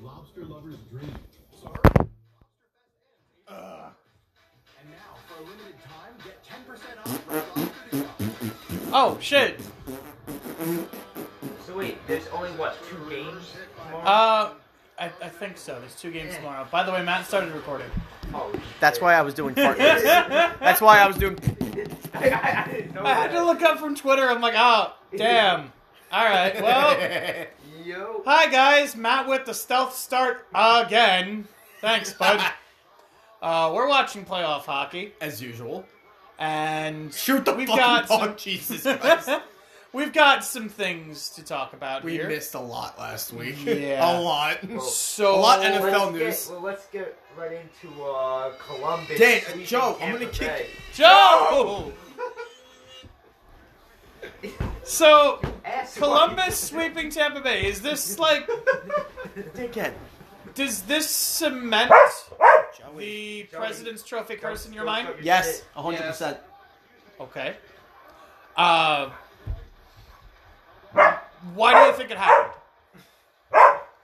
lobster lover's dream. Sorry. Ugh. And now, for a limited time, get 10% off for lobster to go. Oh shit. So wait, there's only what two games tomorrow? Uh, I, I think so. There's two games tomorrow. By the way, Matt started recording. oh, shit. That's why I was doing fart noises. That's why I was doing. I, I, I didn't know I had that. to look up from Twitter. I'm like, oh, damn. All right. Well, Yo. hi guys. Matt with the stealth start again. Thanks, bud. Uh, we're watching playoff hockey, As usual. and Shoot the we've fucking got Oh, dog, some- Jesus Christ. we've got some things to talk about we here. missed a lot last week. Yeah. A lot. so a lot Let's NFL get- news. well, let's get right into uh, Columbus. Dan, sweeping Joe, I'm Tampa gonna kick Bay. Joe. So Ass Columbus sweeping Tampa Bay. Is this like? Dickhead. Does this cement the President's Trophy Don't- curse in your don't mind? shut your Yes, shit. 100%. Okay. Uh, why do you think it happened?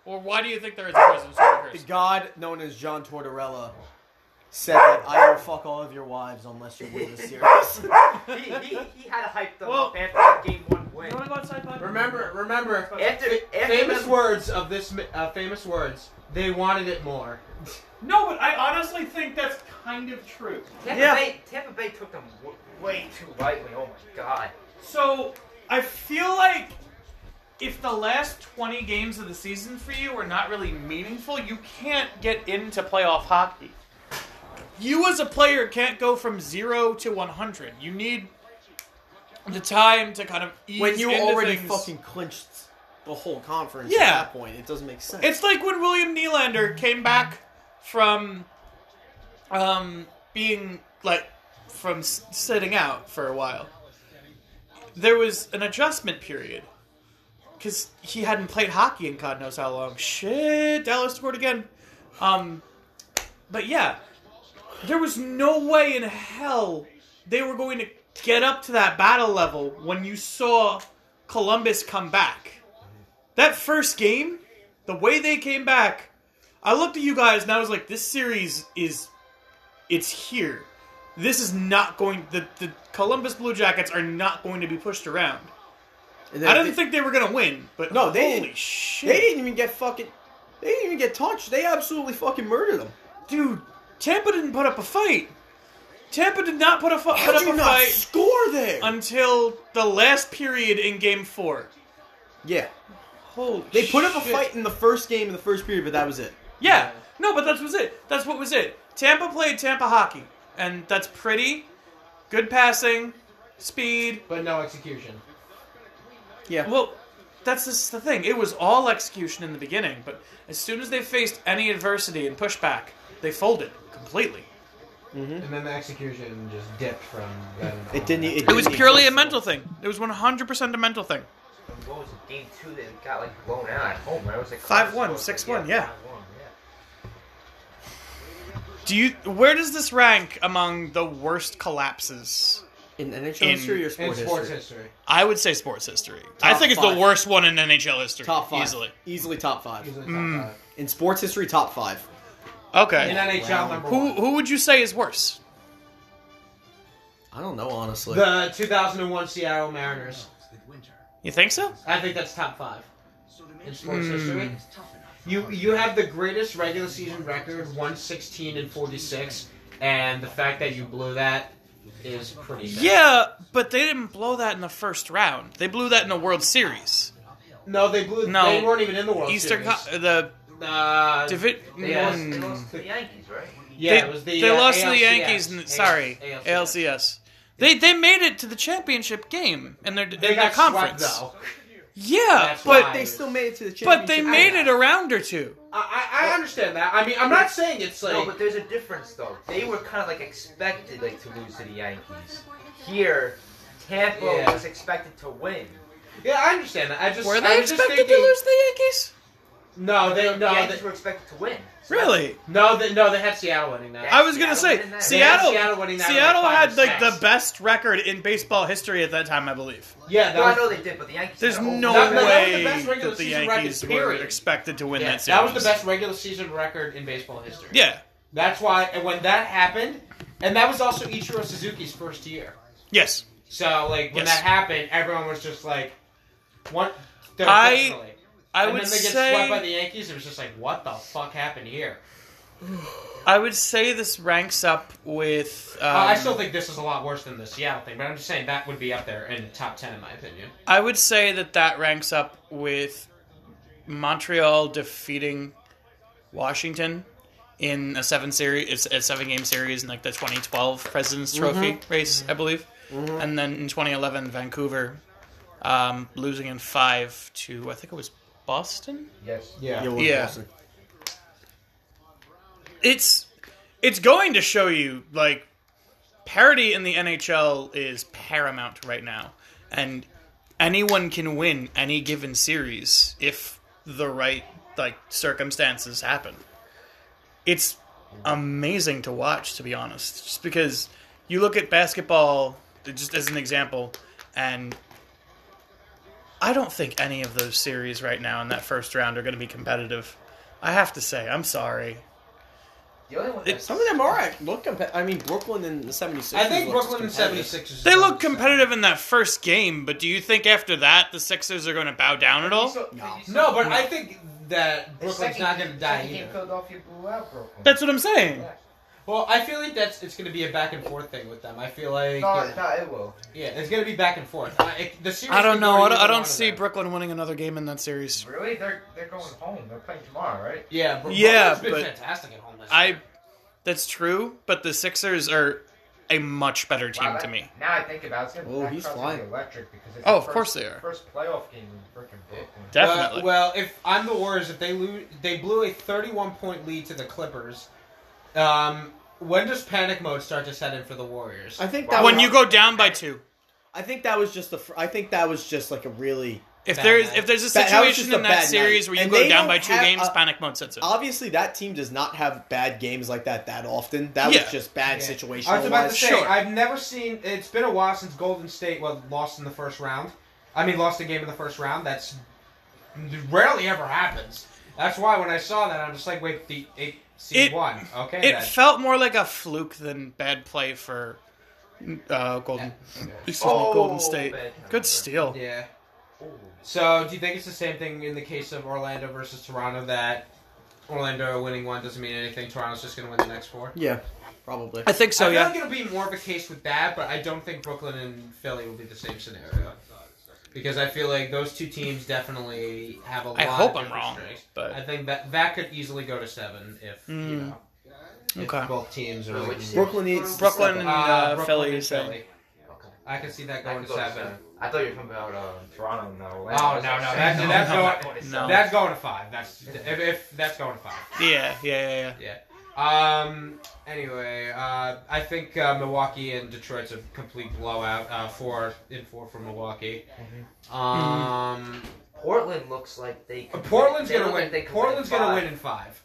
Or why do you think there is a President's Trophy The curse? god known as John Tortorella said that I will fuck all of your wives unless you win the series. He, he, he had a hyped them Well- up after the game one win. You want to go outside, bud? Remember, remember. After, after Famous the- words of this. mi- Uh, famous words. They wanted it more. No, but I honestly think that's kind of true. Tampa, Yeah. Bay, Tampa Bay took them w- way too lightly. Oh my god. So I feel like if the last 20 games of the season for you were not really meaningful, you can't get into playoff hockey. You as a player can't go from 0 to 100. You need the time to kind of ease when you into already things. fucking clinched the whole conference Yeah. at that point, it doesn't make sense. It's like when William Nylander came back from um, being like from s- sitting out for a while. There was an adjustment period because he hadn't played hockey in God knows how long. Shit, Dallas scored again. Um, but yeah, there was no way in hell they were going to get up to that battle level when you saw Columbus come back. That first game, the way they came back, I looked at you guys and I was like, this series is, it's here. This is not going. The the Columbus Blue Jackets are not going to be pushed around. And then I didn't they- think they were gonna win, but No, they holy didn't. shit, they didn't even get fucking. They didn't even get touched. They absolutely fucking murdered them. dude. Tampa didn't put up a fight. Tampa did not put, a fu- How put up did you a not fight score there? until the last period in Game Four. yeah, Holy, they put up a shit. fight in the first game in the first period, but that was it. Yeah. No, but that was it. That's what was it. Tampa played Tampa hockey, and that's pretty. Good passing, speed. But no execution. Yeah, Well, that's just the thing. It was all execution in the beginning, but as soon as they faced any adversity and pushback, they folded completely. And then the execution just dipped from then. It didn't- it It was purely a mental thing. It was 100% a mental thing. And What was it, game two? They got like blown out at home. Right? It was like 5-1, close, like, 6-1, yeah. 5-1, yeah. Do you where does this rank among the worst collapses? in NHL In- history or In sports, sports e- history? history. I would say sports history. I Top think it's five. the worst one in NHL history. Top five, easily. easily top five. Usually top Hmm. five. In sports history, top five. Okay. In NHL number Who one. who would you say is worse? I don't know, honestly. The 2001 Seattle Mariners. It's the winter, You think so? I think that's top five so to in make sure sports Hmm. history. it's tough enough. for You hockey you have the greatest regular season record, 116 and 46, and the fact that you blew that is pretty. Bad. Yeah, but they didn't blow that in the first round. They blew that in the World Series. No, they blew. No. They weren't even in the World Eastern Oh, Series. Co- the uh, divi- they lost- They Mm. lost to the Yankees, right? yeah, they, it was the. they uh, lost to ALCS. the Yankees. In the, sorry, ALCS. ALCS. They they made it to the championship game in their They in their got conference. Swept, Yeah, That's but why. they still made it to the championship. but they made it a round or two. though. I, I I understand that. I mean, I'm not saying it's like. No, but there's a difference though. They were kind of like expected like to lose to the Yankees. Here, Tampa Yeah. was expected to win. yeah, I understand that. I just Were I'm they just expected thinking, to lose to the Yankees? No, they the no, Yankees they, were expected to win. Really? no, they, no, they had Seattle winning that. I was gonna Seattle say winning that. They had Seattle. Seattle winning that Seattle by had five or like the six. best record in baseball history at that time, I believe. yeah, that No, I was- know they did, but the Yankees. There's had a whole- no that- that was the way best that regular the season record, Yankees were period. expected to win yeah, that series. that was the best regular season record in baseball history. Yeah, That's why, and when that happened, and that was also Ichiro Suzuki's first year. yes. So, like, when Yes. that happened, everyone was just like, what? they're I- definitely. I and would then they get say swept by the Yankees. It was just like, what the fuck happened here? I would say this ranks up with. Um, Uh, I still think this is a lot worse than the Seattle thing, but I'm just saying that would be up there in the top ten in my opinion. I would say that that ranks up with Montreal defeating Washington in a seven series, it's a seven game series in like the 2012 Presidents Mm-hmm. Trophy race, I believe, and then in 2011 Vancouver um, losing in five to I think it was Boston. Yes. Yeah, we're Yeah. Boston. It's it's going to show you like parity in the NHL is paramount right now, and anyone can win any given series if the right like circumstances happen. It's amazing to watch, to be honest, just because you look at basketball just as an example, and I don't think any of those series right now in that first round are going to be competitive. I have to say, I'm sorry. The only one. It's- That's, Some of them are act- look. Compa- I mean, Brooklyn and the 76ers. I think looks Brooklyn and competitive. 76ers. They look competitive in that first game, but do you think after that the Sixers are going to bow down at all? no. No, but I think that The Brooklyn's second- not going to die second game, either. Philadelphia blew out Brooklyn. That's what I'm saying. Well, I feel like that's it's going to be a back and forth thing with them. I feel like uh, no, yeah, no, it will. it's going to be back and forth. I, it, the series I could don't go know. I either don't, I don't one of see them. Brooklyn winning another game in that series. Really? They're they're going home. They're playing tomorrow, right? Yeah, Bro- Yeah, Brooklyn's been but fantastic at home this I year. that's true, but the Sixers are a much better team Wow, to that- me. Now I think about it, it's gonna Oh, that he's crowd's flying. Gonna be electric because it's Oh, the of first, course they are. First playoff game in freaking Brooklyn. Definitely. Uh, Well, well, if I'm the Warriors, if they lose, they blew a 31 point lead to the Clippers. Um, when does panic mode start to set in for the Warriors? I think that when was, you go down by 2. I think that was just the. Fr- I think that was just like a really. If Bad there's night. if there's a That- that was situation just a in bad that night. series where you And go they down don't by 2 have- games, uh, panic mode sets in. Obviously, that team does not have bad games like that that often. That Yeah. was just bad Yeah. situational. I was about to wise. say, Sure. I've never seen. It's been a while since Golden State well, lost in the first round. I mean, lost a game in the first round. That's rarely ever happens. That's why when I saw that, I'm just like, wait, the it It- seed one, okay? It then. felt more like a fluke than bad play for uh, Golden. Excuse me, Oh, Golden State. bad number. Good steal. yeah. Ooh. So, do you think it's the same thing in the case of Orlando versus Toronto that Orlando winning one doesn't mean anything? Toronto's just going to win the next four. yeah, probably. I think I so. feel Yeah. like it'll be more of a case with that, but I don't think Brooklyn and Philly will be the same scenario because I feel like those two teams definitely have a lot. I hope of I'm different wrong, strengths. but- I think that that could easily go to seven if you Mm. know if Okay. both teams are. Wait, like- which team? Brooklyn needs Brooklyn To step Uh, and up. uh, Brooklyn Philly. and so- Philly. I can see that I going could to go to seven. seven. I thought you were talking about uh, Toronto and Orlando. Oh, no, no, that- No, that's no, going- No. That's going to five. That's if, if that's going to five. Yeah, yeah, yeah, yeah. Yeah. Um. Anyway, uh, I think uh, Milwaukee and Detroit's a complete blowout. Uh, four in four for Milwaukee. Um. Portland looks like they. could- Uh, Portland's they gonna look win. like they could Portland's win gonna five. win in five.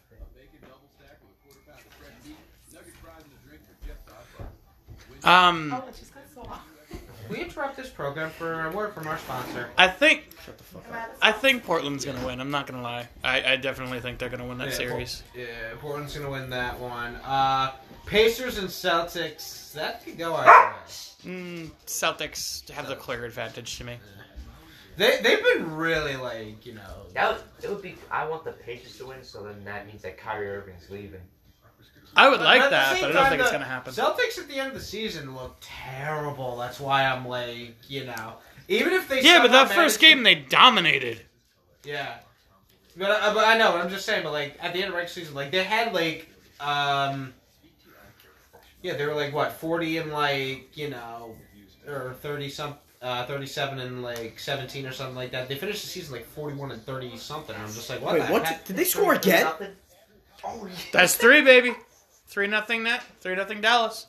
Um, Oh, she's got so long. We interrupt this program for a word from our sponsor. I think Am I the I think Portland's gonna win. I'm not gonna lie. I, I definitely think they're gonna win that Yeah, series. Port- yeah, Portland's gonna win that one. Uh, Pacers and Celtics. That could go either way. Mm, Celtics have the clear advantage to me. They they've been really like you know. That would, it would be. I want the Pacers to win, so then that means that Kyrie Irving's leaving. I would But like at the that, same but I don't time, think it's the gonna happen. Celtics at the end of the season look terrible. That's why I'm like, you know, even if they Yeah, but somehow that first manage game they dominated. to- yeah, but I, but I know I'm just saying. But like at the end of regular season, like they had like um, yeah, they were like what 40 and like you know, or 30 some. Uh, 37 and like 17 or something like that. They finished the season like 41 and 30 something. I'm just like, what? Wait, the what? heck? Did they score again? Nothing. Oh yeah. That's three, baby. Three nothing net. Three nothing Dallas.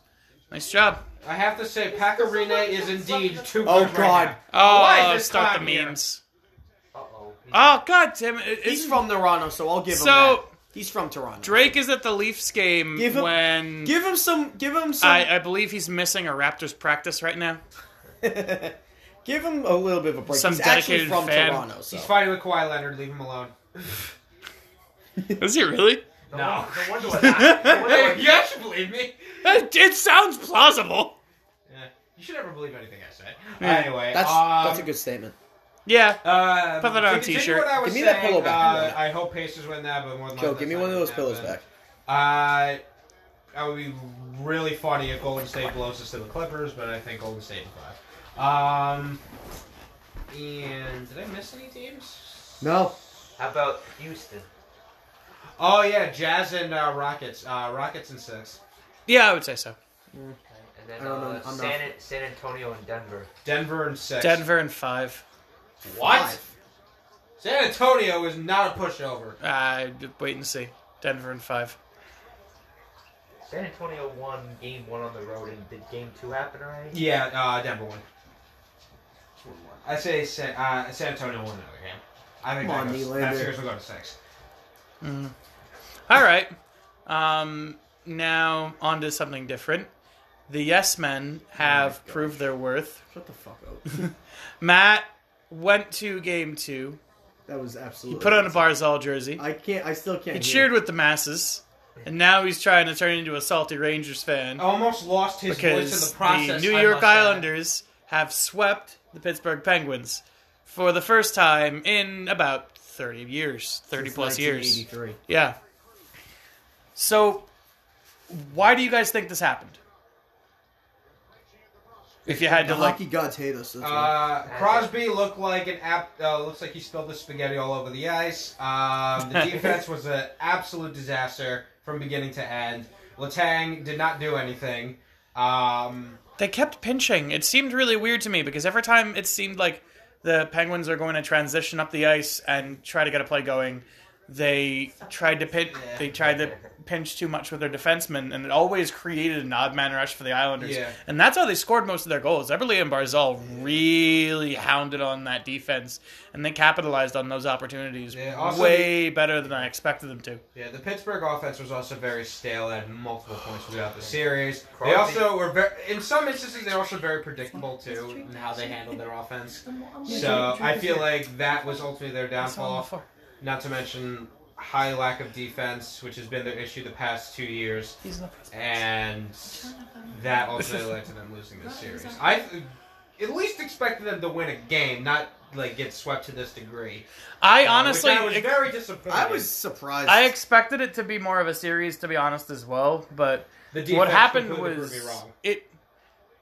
Nice job. I have to say, Pacarina is indeed too good. Oh right now. God! Oh, Why is this start the time here? memes. Uh oh. Oh god damn it! it- He's it's- from Toronto, so I'll give him So- that. He's from Toronto. Drake is at the Leafs game Give him- when Give him some. Give him some. I, I believe he's missing a Raptors practice right now. give him a little bit of a break. Some He's actually dedicated from fan. Toronto, so He's fighting with Kawhi Leonard. Leave him alone. Is he really? No. No wonder why. No wonder why you actually believe me? It, it sounds plausible. Yeah. You should never believe anything I say. Yeah. Anyway, that's um, that's a good statement. Yeah, Um, Put that on a to continue t-shirt. What I was Give me that saying, pillow back. Uh, I hope Pacers win that, but more than Joe, likely give me that's one of not those gonna pillows happen. back. Uh, that would be really funny if Golden State blows us to the Clippers, but I think Golden State will five. Um, and did I miss any teams? No, How about Houston? Oh yeah, Jazz and uh, Rockets. Uh, Rockets and six. yeah, I would say so. And then I don't know, uh, I'm San, San Antonio and Denver. Denver and six. Denver and five. What? Five. San Antonio is not a pushover. Uh, wait and see. Denver and five. San Antonio won game one on the road, and did game two happen already? Yeah, uh, Denver won. I say San, uh, San Antonio won another game. I think Come on, that goes, Nylander. that series will go to six. All right. Um, now on to something different. The Yes Men Oh have proved their worth. shut the fuck up. Matt went to game two. That was absolutely. Put on a Barzal jersey. I can't. I still can't. He hear. cheered with the masses, and now he's trying to turn into a salty Rangers fan Oh, Almost lost his voice in because the process. New I York must add. Islanders have swept the Pittsburgh Penguins for the first time in about 30 years, 30 Since plus years. 1983. Yeah. So, why do you guys think this happened? If you had to The like, hockey gods hate us. That's why. Uh, Crosby looked like an app. Uh, looks like he spilled the spaghetti all over the ice. Um, the defense was an absolute disaster from beginning to end. Letang did not do anything. Um, they kept pinching. It seemed really weird to me because every time it seemed like the Penguins are going to transition up the ice and try to get a play going, they tried to pin. They tried to pinch too much with their defensemen, and it always created an odd man rush for the Islanders. Yeah. And that's how they scored most of their goals. Eberle and Barzal really hounded on that defense, and they capitalized on those opportunities Yeah, also way better than I expected them to. yeah, the Pittsburgh offense was also very stale at multiple points throughout the series. They Crosby- also were very, in some instances, they were also very predictable too in how they handled their offense. So I feel like that was ultimately their downfall. Not to mention high lack of defense, which has been their issue the past two years, and that also led to them losing this series. I at least expected them to win a game, not like get swept to this degree. I Uh, which honestly, I was very disappointed. I was surprised. I expected it to be more of a series, to be honest, as well. But the defense what happened completely proved was me wrong. it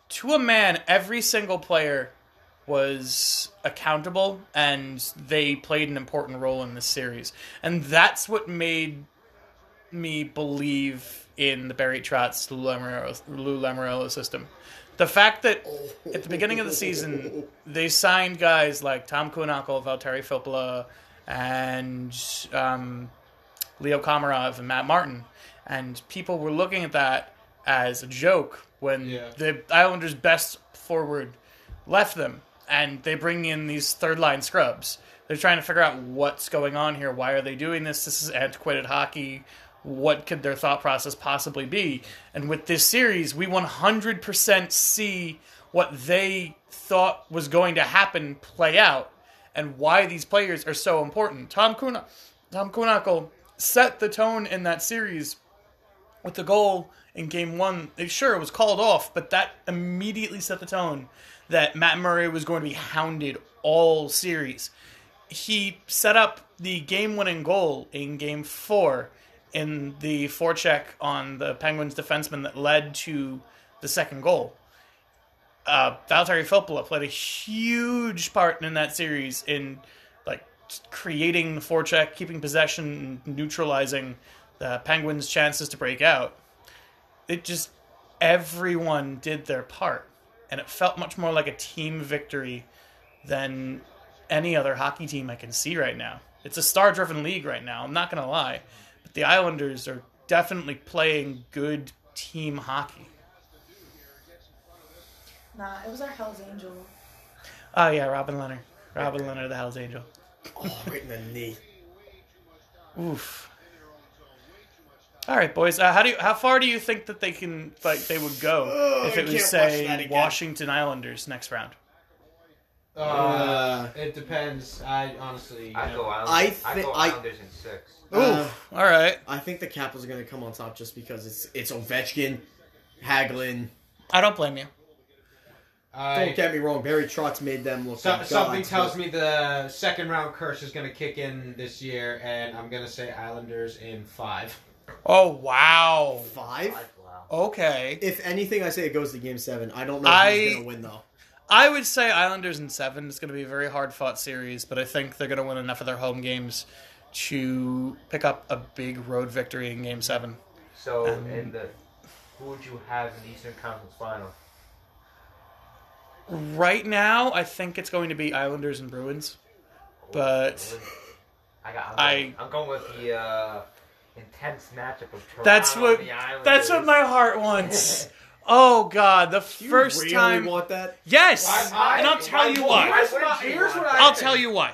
to a man. Every single player was accountable, and they played an important role in this series, and that's what made me believe in the Barry Trotz Lou Lamoriello, Lou Lamoriello system. The fact that at the beginning of the season they signed guys like Tom Kunackle, Valteri Filppula, and um, Leo Komarov and Matt Martin, and people were looking at that as a joke when Yeah. the Islanders' best forward left them, and they bring in these third line scrubs. They're trying to figure out what's going on here. Why are they doing this? This is antiquated hockey. What could their thought process possibly be? And with this series, we 100% see what they thought was going to happen play out and why these players are so important. Tom Kuna, Tom Kunackle set the tone in that series with the goal in game one. It, sure, it was called off, but that immediately set the tone that Matt Murray was going to be hounded all series. He set up the game winning goal in game four in the forecheck on the Penguins defenseman that led to the second goal uh, Valtteri Filppula played a huge part in that series in like creating the forecheck, keeping possession, and neutralizing the Penguins' chances to break out. It just everyone did their part, and it felt much more like a team victory than any other hockey team I can see right now. It's a star-driven league right now. I'm not gonna lie, but the Islanders are definitely playing good team hockey. Nah, it was our Hell's Angel. Ah, Oh yeah, Robin Leonard. Robin Leonard, the Hell's Angel. Oh, right in the knee. Oof. All right, boys. Uh, how do you, how far do you think that they can like they would go Oh, if I it can't was watch that say again. Washington Islanders next round? Uh, Uh. it depends. I honestly. I you go know. I Islanders. I, thi- go I- Islanders in six. Uh, Oof. All right. I think the Capitals are going to come on top just because it's it's Ovechkin, Haglin. I don't blame you. I- Don't get me wrong, Barry Trotz made them look. so, like something gods, tells but- me the second round curse is going to kick in this year, and I'm going to say Islanders in five. Oh wow. five. Wow. Okay. If anything, I say it goes to Game Seven. I don't know I- who's going to win though. I would say Islanders in seven. It's going to be a very hard fought series, but I think they're going to win enough of their home games to pick up a big road victory in Game Seven. So Um, in the who would you have in the Eastern Conference Final? Right now, I think it's going to be Islanders and Bruins. But- I got. I'm I- going, I, am going with the uh, intense matchup of Toronto That's what. and the Islanders. That's what my heart wants. Oh God! The Do you first really time. want that? Yes, Why- and I'll why- tell you why- why. Here's what I- here's what I I'll think. tell you why.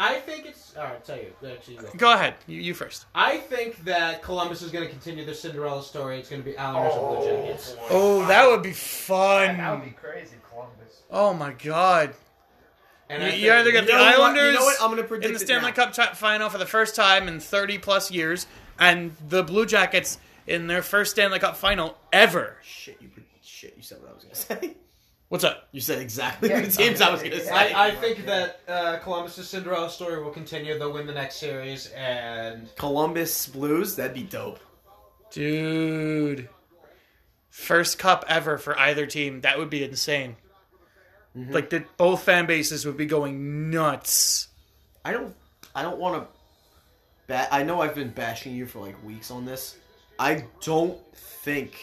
I think it's. All right, tell you. Actually, you go. Go ahead. You, you first. I think that Columbus is going to continue the Cinderella story. It's going to be Islanders and Blue Jackets. Oh, that would be That would be fun. crazy, Columbus. Oh my God! And You- I you either get think- the You know what? Islanders You know what? I'm going to predict in the it Stanley now. Cup Cup final for the first time in 30 plus years, and the Blue Jackets in their first Stanley Cup final ever. Shit, you pre- shit, you said what I was going to say. What's up? You said exactly Yeah, the teams I was going to exactly. say. I, I think that uh, Columbus's Cinderella story will continue. They'll win the next series, and Columbus Blues, that'd be dope. Dude. First cup ever for either team. That would be insane. Like that both fan bases would be going nuts. I don't I don't want to ba- I know I've been bashing you for like weeks on this. I don't think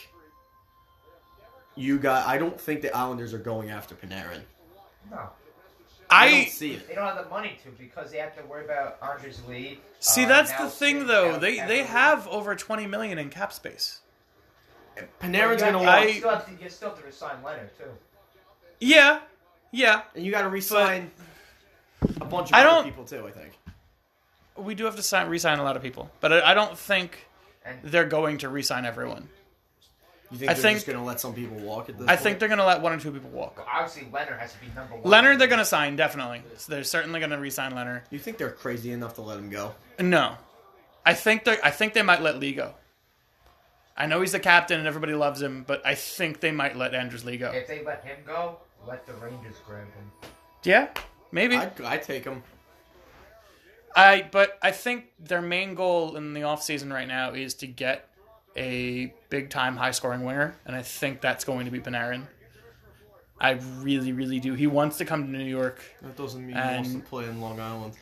you got I don't think the Islanders are going after Panarin. No, I, I, don't see it. they don't have the money to because they have to worry about Andres Lee. see uh, that's now the thing Sam- though. now They Sam- they have over 20 million in cap space. Panarin's You going to have- want I- You still have to, you still have to resign Leonard too. Yeah. Yeah. and you got to resign a bunch of I other don't- people too, I think. We do have to sign re-sign a lot of people, but I, I don't think And they're going to re-sign everyone. You think I they're think- just going to let some people walk at this I point? think they're going to let one or two people walk. obviously Leonard has to be number one. Leonard they're going to sign definitely. So they're certainly going to re-sign Leonard. You think they're crazy enough to let him go? No, I think they I think they might let Lee go. I know he's the captain and everybody loves him, but I think they might let Andrews Lee go. If they let him go, let the Rangers grab him. Yeah, maybe. I, I I take him. but I think their main goal in the offseason right now is to get a big time high scoring winger, and I think that's going to be Panarin. I really, really do. He wants to come to New York. That doesn't mean And- he wants to play in Long Island.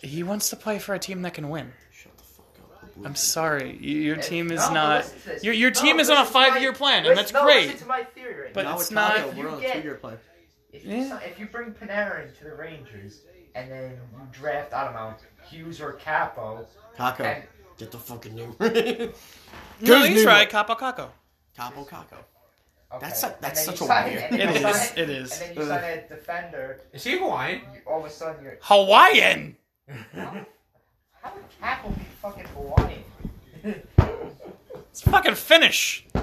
He wants to play for a team that can win. Shut the fuck up. the Blues. I'm sorry, y- your And- team is no, but not. listen to this. Your your No, team is on a listen to my- five year plan, listen- and that's no, great. Listen to my theory right But now. Now it's with not- Taco, if We're you on a get- two-year plan. If you, Yeah. sign- if you bring Panarin to the Rangers and then you draft, I don't know, Hughes or Capo, Taco, and get the fucking name. No, Goes he's New right, Capo Caco. Capo Caco. okay, That's a- and that's then such you a sign, weird- and then It you is, sign- it is. And then you sign a defender. is he Hawaiian? You, all of a sudden, you're Hawaiian. how would Capo be fucking Hawaiian? It's fucking Finnish. Oh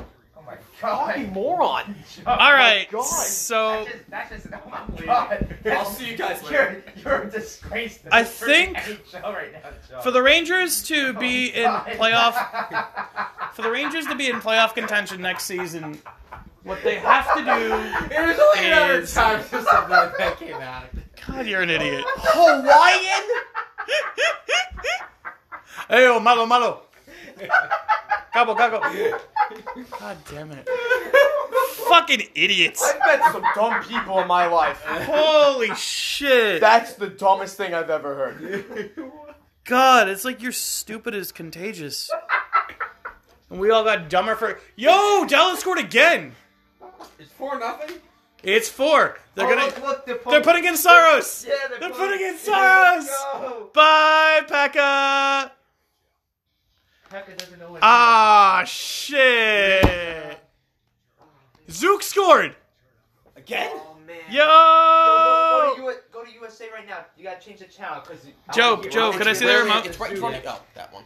my god! moron. All right. God. So That's just, that's just, oh my god. I'll see you guys You're, you're a disgrace to I the freaking think NHL right now, Joe. for the Rangers to be in God. playoff for the Rangers to be in playoff contention next season, what they have to do. It was only a matter of Is- time since something like that came out. God, you're an idiot. Hawaiian? Hey, oh, malo, malo. Cabo, cabo. God damn it. Fucking idiots. I've met some dumb people in my life. Holy shit. That's the dumbest thing I've ever heard. God, it's like you're stupid is contagious. and we all got dumber for. Yo, Dallas scored again. It's four nothing. It's four. They're Oh, gonna. look, look, they're, They're putting in Soros. Yeah, they're, they're putting in Yeah, Soros. go. Bye, Pekka. Pekka doesn't know what Ah, shit. Zook scored. he is. Again? Oh man. Yo. Yo, go, go to U- go to to USA right now. You gotta change the channel because. Joe, Joe, can I see the remote? It's right in front of Oh, that one.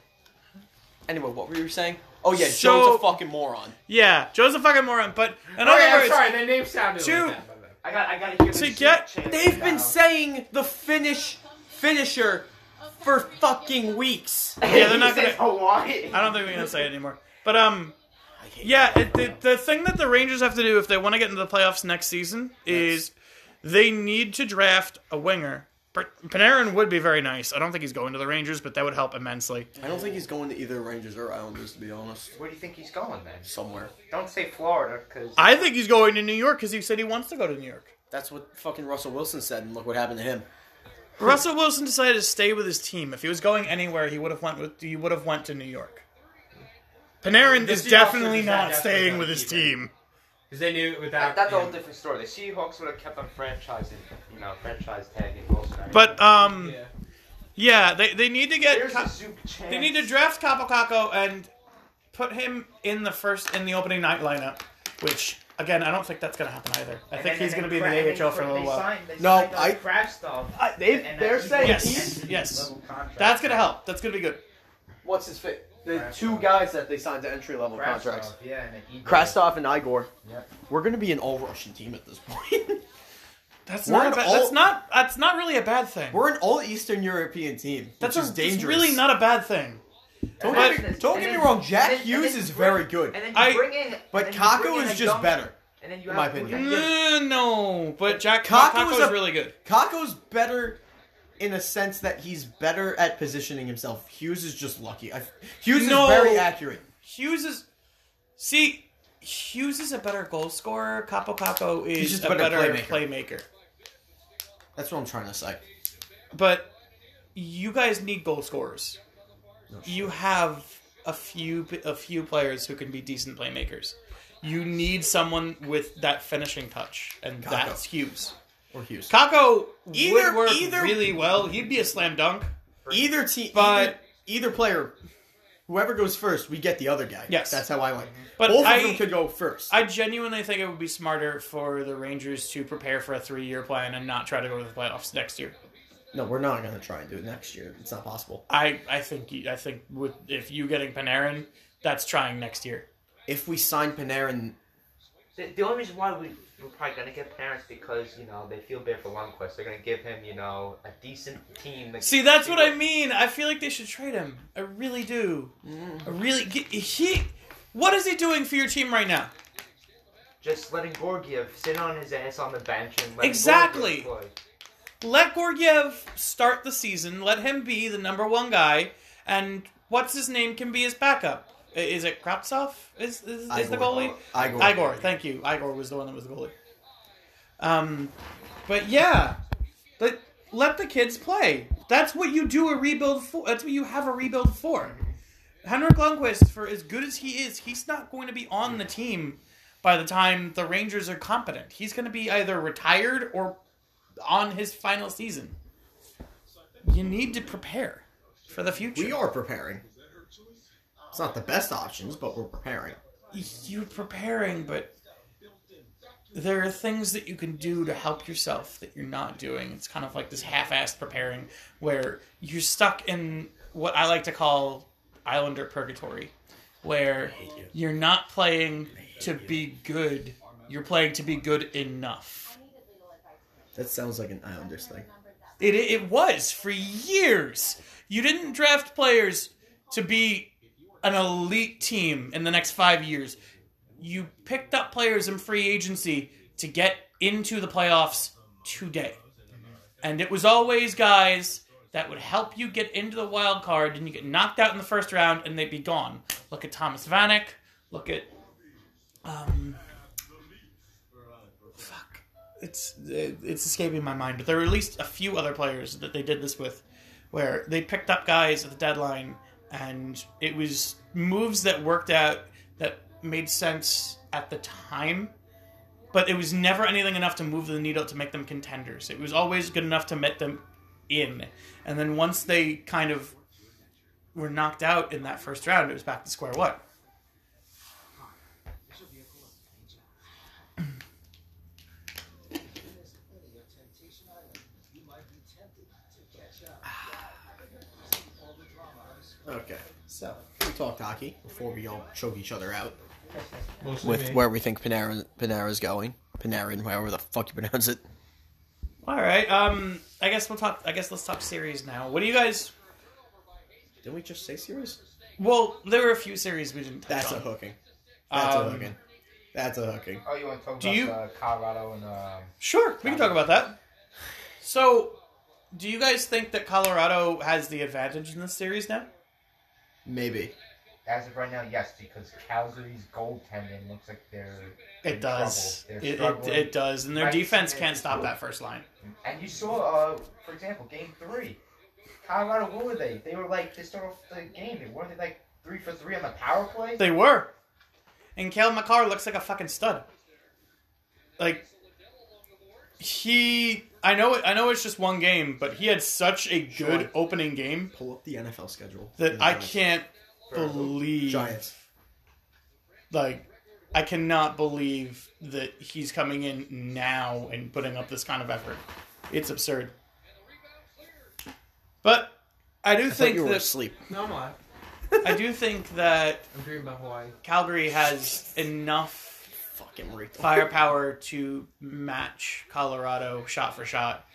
Anyway, what were you saying? Oh yeah, Joe's So- a fucking moron. Yeah, Joe's a fucking moron. But in Okay, other I'm words, sorry, my name sounded Two. like that. by the way. I got, I gotta hear. To this get- shit They've channel. been saying the finish finisher for fucking weeks. Yeah, they're not He says Hawaii. I don't think we can say it anymore. But um, I hate yeah, that. it, the the thing that the Rangers have to do if they want to get into the playoffs next season is they need to draft a winger. Pa- Panarin would be very nice. I don't think he's going to the Rangers, but that would help immensely. I don't think he's going to either Rangers or Islanders, to be honest. Where do you think he's going, man? Somewhere. Don't say Florida, because. I think he's going to New York because he said he wants to go to New York. That's what fucking Russell Wilson said, and look what happened to him. Russell Wilson decided to stay with his team. If he was going anywhere, he would have went. With, he would have went to New York. Panarin The is Seahawks definitely are just not not desperate staying enough with his either. team. Because they knew without. That, that's a whole him. different story. The Seahawks would have kept on franchising, you know, franchise tagging Wilson. But um, Yeah. yeah, they, they need to get. There's Ka- a Zook chance. they need to draft Kapokako and put him in the first in the opening night lineup, which again I don't think that's gonna happen either. I And think then- he's and gonna be then in Cra- and the then AHL for a little they while. signed- they No, signed all I- the Kraft stuff. I- they- And that they're equal saying Yes, yes, level contract. that's gonna help. That's gonna be good. What's his fit? The Krastov. two guys that they signed to entry level Kraft stuff, contracts. Yeah, and then Igor. Krastov and Igor. Yep. We're going to be an all Russian team at this point. That's We're not. A an bad, all- that's not. That's not really a bad thing. We're an all Eastern European team. that's which a, is that's dangerous. really not a bad thing. Don't, But- get me, don't get me wrong, Jack Hughes is very good. And then you I- bring in, But and then you bring Kako in is a just young- better. And then you in have my opinion. Mm, no, but Jack Kako Kako is is a- really good. Kako's better in a sense that he's better at positioning himself. Hughes is just lucky. I, Hughes No. is very accurate. Hughes is see Hughes is a better goal scorer. Capo Capo is just a a better, better playmaker. playmaker. That's what I'm trying to say. But you guys need goal scorers. You have a few a few players who can be decent playmakers. You need someone with that finishing touch, and Kako. that's Hughes. Or Hughes. Kako would Either- work either- really well. He'd be a slam dunk. Either team, But- either, either player, whoever goes first, we get the other guy. Yes. that's how I went. But Both I- of them could go first. I genuinely think it would be smarter for the Rangers to prepare for a three-year plan and not try to go to the playoffs next year. no, we're not going to try and do it next year. It's not possible. I I think you- I think with if you getting Panarin, that's trying next year. If we sign Panarin, The, the only reason why we, we're probably gonna get parents because you know they feel bad for Lundqvist. They're gonna give him you know a decent team. that- See, that's what I mean. I feel like they should trade him. I really do. Mm. I really get- he. What is he doing for your team right now? Just letting Gorgiev sit on his ass on the bench and letting Exactly. Gorgiev play. Let Gorgiev start the season. Let him be the number one guy, and what's his name can be his backup. I- Is it Kroptsov? Is is, is the Igor. goalie? Igor. Igor, thank you. Igor was the one that was the goalie. Um, but yeah, but let the kids play. That's what you do a rebuild for. That's what you have a rebuild for. Henrik Lundqvist, for as good as he is, he's not going to be on the team by the time the Rangers are competent. He's going to be either retired or on his final season. You need to prepare for the future. we are preparing. It's not the best options, but we're preparing. you're preparing, but there are things that you can do to help yourself that you're not doing. It's kind of like this half-assed preparing where you're stuck in what I like to call Islander purgatory, where you're not playing to be good. You're playing to be good enough. That sounds like an Islanders thing. It, it was for years. You didn't draft players to be an elite team in the next five years. You picked up players in free agency to get into the playoffs today. And it was always guys that would help you get into the wild card and you get knocked out in the first round and they'd be gone. Look at Thomas Vanek. Look at. Um, fuck it's it's escaping my mind, but there were at least a few other players that they did this with, where they picked up guys at the deadline, and it was moves that worked out that made sense at the time, but it was never anything enough to move the needle to make them contenders. It was always good enough to make them in, and then once they kind of were knocked out in that first round, it was back to square one. Okay. So We talked hockey before we all choke each other out Mostly with me. where we think Panera Panera's going. Panarin, however the fuck you pronounce it. all right. Um, I guess we'll talk. I guess let's talk series now. What do you guys? Didn't we just say series? Well, there were a few series we didn't touch That's on. a hooking. That's a Um, hooking. That's a hooking. Oh, you want to talk Do about you- uh, Colorado and uh, Sure, we can talk about that. So, do you guys think that Colorado has the advantage in this series now? Maybe. as of right now, yes, because Calgary's goaltending looks like they're It in does. trouble. It, They're it, struggling. it does, and their Right. defense can't stop that first line. And you saw, uh, for example, game three. Colorado, what were they? They were like, they started off the game. They weren't they like three for three on the power play? They were, and Kale McCarr looks like a fucking stud. Like he, I know, it, I know, it's just one game, but he had such a good Sure. opening game Pull up the NFL schedule. that The I Giants. can't believe. Giants. like I cannot believe that he's coming in now and putting up this kind of effort. It's absurd. But I do I thought think you were that asleep. No, I'm not. I do think that I'm dreaming about Hawaii. Calgary has enough Fucking Rico. firepower to match Colorado shot for shot.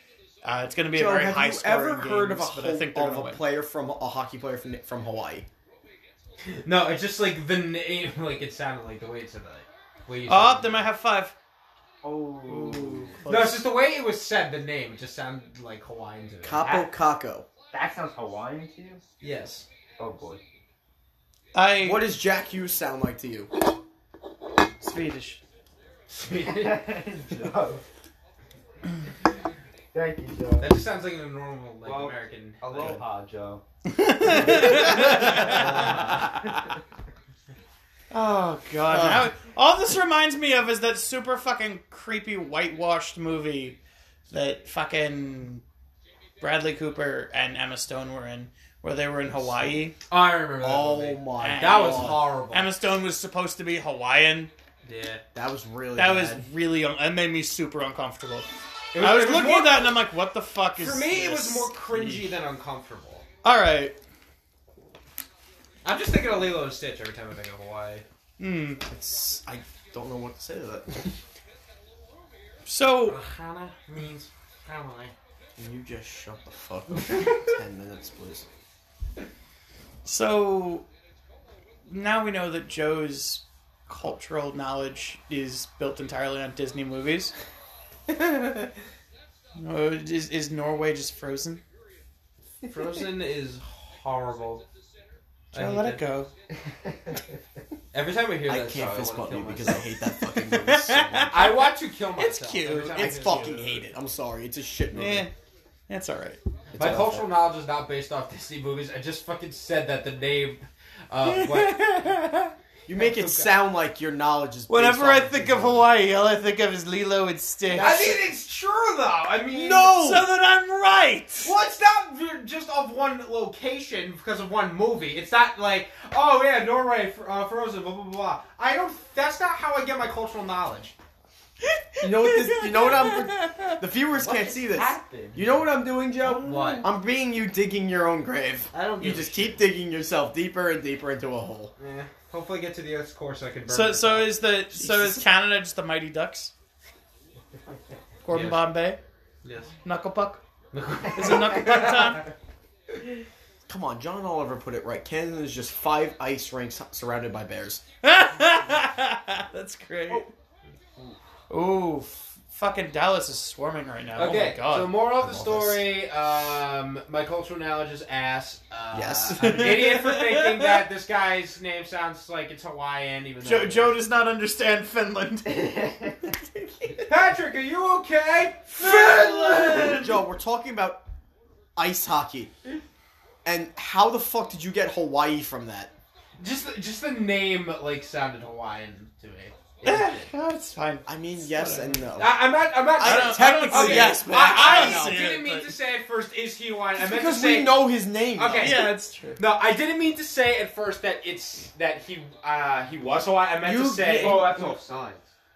Uh, it's going to be Joe, a very have high you scoring ever heard of a, games, but I ho- think they're of gonna a win. player from a hockey player from from Hawaii? No, it's just like the name. Like it sounded like the way it said that. Way you Oh, said they might have five. Oh. Ooh, No, it's just the way it was said. The name it just sounded like Hawaiian to me. Capo Caco. That sounds Hawaiian to you? Yes. Oh, boy. I What does Jack Hughes sound like to you? Swedish. that Joe. Thank you, Joe. just sounds like a normal like Well, American. Aloha, Joe. Oh god! Uh. Now- all this reminds me of is that super fucking creepy whitewashed movie that fucking Bradley Cooper and Emma Stone were in, where they were in Hawaii. Oh, I remember that. Oh movie. my! That that was God. horrible. Emma Stone was supposed to be Hawaiian. yeah. That was really. That was bad. really un- that made me super uncomfortable. It I was it looking more- at that and I'm like, what the fuck is For me, it was this? more cringy than uncomfortable. All right. I'm just thinking of Lilo and Stitch every time I think of Hawaii. Hmm. It's, I don't know what to say to that. So Hana means family. Can you just shut the fuck up? for Ten minutes, please. So now we know that Joe's cultural knowledge is built entirely on Disney movies. Uh, is, is Norway just frozen? Frozen is horrible. I Joe, hate let that. it go. Every time I hear I that, can't song, fist I bump want to kill you because I myself. hate that fucking movie so much. I want to kill myself. It's cute. every time I I It's hear fucking that. hate it. I'm sorry. It's a shit movie. Yeah, Eh, that's all right. It's My awful. cultural knowledge is not based off Disney movies. I just fucking said that the name. Uh, what? You make it sound like your knowledge is. based Whenever off I think of Disney. Hawaii, all I think of is Lilo and Stitch. I mean, it's true though. I mean, so that I'm right. Well, it's not v- just of one location because of one movie. It's not like, oh yeah, Norway, fr- uh, Frozen, blah blah blah. I don't. That's not how I get my cultural knowledge. you know what? This, you know what I'm. The viewers can't see this. Happened. You know what I'm doing, Joe? What? I'm being you digging your own grave. I don't. You just keep digging yourself deeper and deeper into a hole. Eh, hopefully, get to the next course I can. Burn So, so myself. is the so is Jesus. Canada just the Mighty Ducks? Gordon Yes. Bombay, yes. Knucklepuck. Is it Knucklepuck time? Come on, John Oliver put it right. Canada is just five ice rinks surrounded by bears. That's great. Ooh, f- fucking Dallas is swarming right now. Oh. Okay, oh my god. so moral of the I love story, um, my cultural knowledge is ass. Uh, Yes. I'm an idiot for thinking that this guy's name sounds like it's Hawaiian, even though... Joe, Joe does not understand Finland. Patrick, are you okay? Finland! Joe, we're talking about ice hockey. And how the fuck did you get Hawaii from that? Just, the- just the name, like, sounded Hawaiian to me. Eh. God, it's fine. I mean, yes and no. I, I'm not, I'm not... I don't- technically I don't- okay, yes, I, but I I, don't know. didn't mean But- to say at first, is he Hawaiian? I meant because to say, we know his name. though. Okay. Yeah, it's true. No, I didn't mean to say at first that it's that he uh, he was Hawaiian. I meant You- to say Oh, you- that's offside.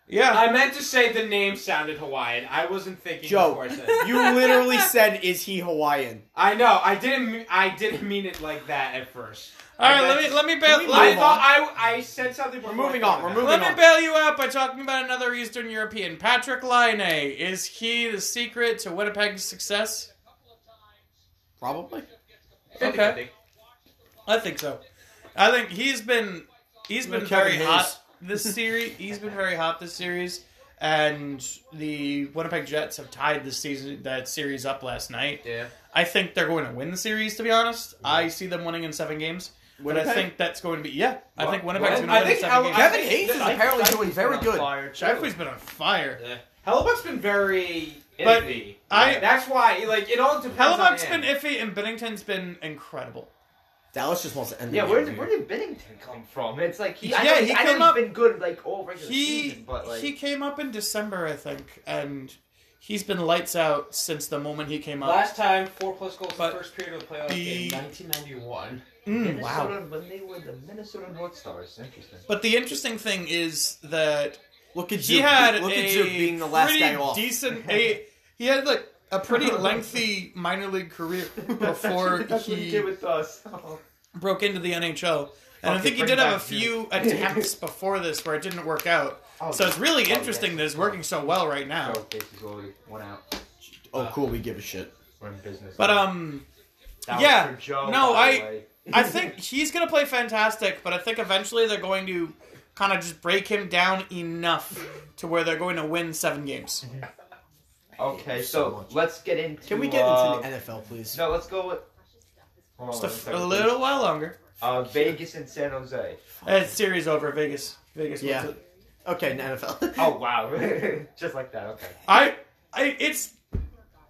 Yeah. I meant to say the name sounded Hawaiian. I wasn't thinking Joe. before I said it. You literally said, "Is he Hawaiian?" I know. I didn't. me- I didn't mean it like that at first. All right, I let meant- me let me we bail. I Let me, thought I, I said something. Before We're moving I thought on, we're of that. moving let me bail you out by talking about another Eastern European, Patrick Line. Is he the secret to Winnipeg's success? Probably. Okay. I think so. I think he's been he's been Kevin very Hayes. hot this series. He's been very hot this series, and the Winnipeg Jets have tied the season that series up last night. Yeah. I think they're going to win the series. To be honest, I see them winning in seven games. But I Winnipeg? think that's going to be yeah. I think Winnipeg's Well, going to I win in think seven how- games. I Kevin think Hayes is that- apparently I've doing been very on good. Fire. Jeffrey's been on fire. Hellebuck's been very But iffy. I- that's why like it all depends. on Hellebuck's him. been iffy, and Bennington's been incredible. Dallas just wants to end. The Yeah, game, where did, dude. where did Bennington come from? It's like he, I Yeah, know, he I know came he's up- been good like all regular he season, but like he came up in December, I think, and he's been lights out since the moment he came up. Last time, four plus goals in the But first period of the playoff the- game, 1991. Mm, wow! Minnesota when they were the Minnesota North Stars. Interesting. But the interesting thing is that Look at he you. had look a at you being the last pretty guy off. decent. A, he had like a pretty lengthy minor league career before that's what he he did with us. Oh. broke into the NHL. And I Okay, think he bring did have a back few attempts before this where it didn't work out. Oh, So it's really yeah. interesting that it's working so well right now. So basically, we went out. oh, cool. We give a shit. We're in business. But now. um, That was yeah, for Joe, no, by I- the way. I think he's going to play fantastic, but I think eventually they're going to kind of just break him down enough to where they're going to win seven games. Okay, him so so much. let's get into. Can we get uh, into the NFL, please? No, let's go with. Hold on, Just a, one f- a second, little while longer. please. Uh, Vegas and San Jose. Uh, series over. Vegas. Vegas. wins Yeah. it. Okay, the NFL. Oh wow, just like that. Okay. I. I. It's.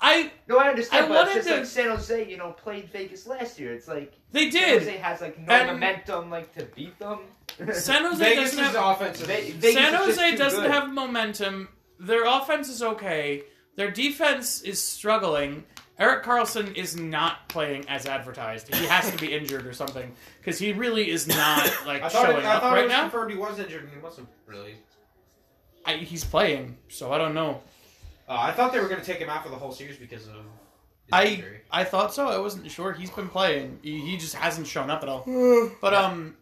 I. No, I understand. I but it's wanted just to- like San Jose, you know, played Vegas last year. It's like They San Jose did. has like no And- momentum, like to beat them. San Jose Vegas' doesn't have. offense is Ve- Vegas San is just Jose too doesn't good. have momentum. Their offense is okay. Their defense is struggling. Eric Carlson is not playing as advertised. He has to be injured or something because he really is not like I thought, showing it, I up thought it right was now. confirmed he was injured and he wasn't really. I, he's playing, so I don't know. Uh, I thought they were going to take him out for the whole series because of his I injury. I thought so. I wasn't sure. He's been playing. He, he just hasn't shown up at all. But um,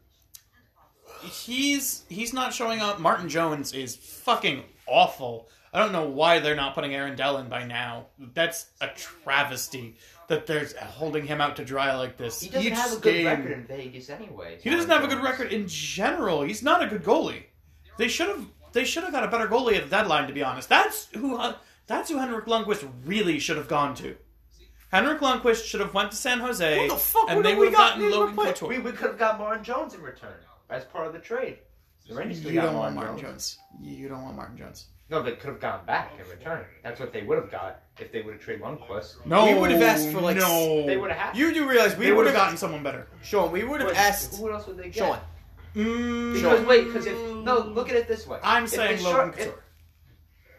he's he's not showing up. Martin Jones is fucking awful. I don't know why they're not putting Aaron Dell in by now. That's a travesty that they're holding him out to dry like this. He doesn't Each have a good game- record in Vegas anyway. He doesn't have a good record in general. He's not a good goalie. They should have. They should have got a better goalie at the deadline. To be honest, that's who. That's who Henrik Lundqvist really should have gone to. Henrik Lundqvist should have went to San Jose, Who the fuck and would they have would we have gotten gotten in Logan replace- Couture. We, we could have got Martin Jones in return as part of the trade. The Rangers You could've got don't want Martin Jones. You don't want Martin Jones. No, they could have gone back in return. That's what they would have got if they would have traded Lundqvist. No, We would have asked for, like, no. They would have had. You do realize we They would would've have gotten someone better. Sean. We would have Wait, asked Who else would they get? Sean. Mm, Because wait, because if no, look at it this way. I'm If the saying Shark- Logan if- Couture.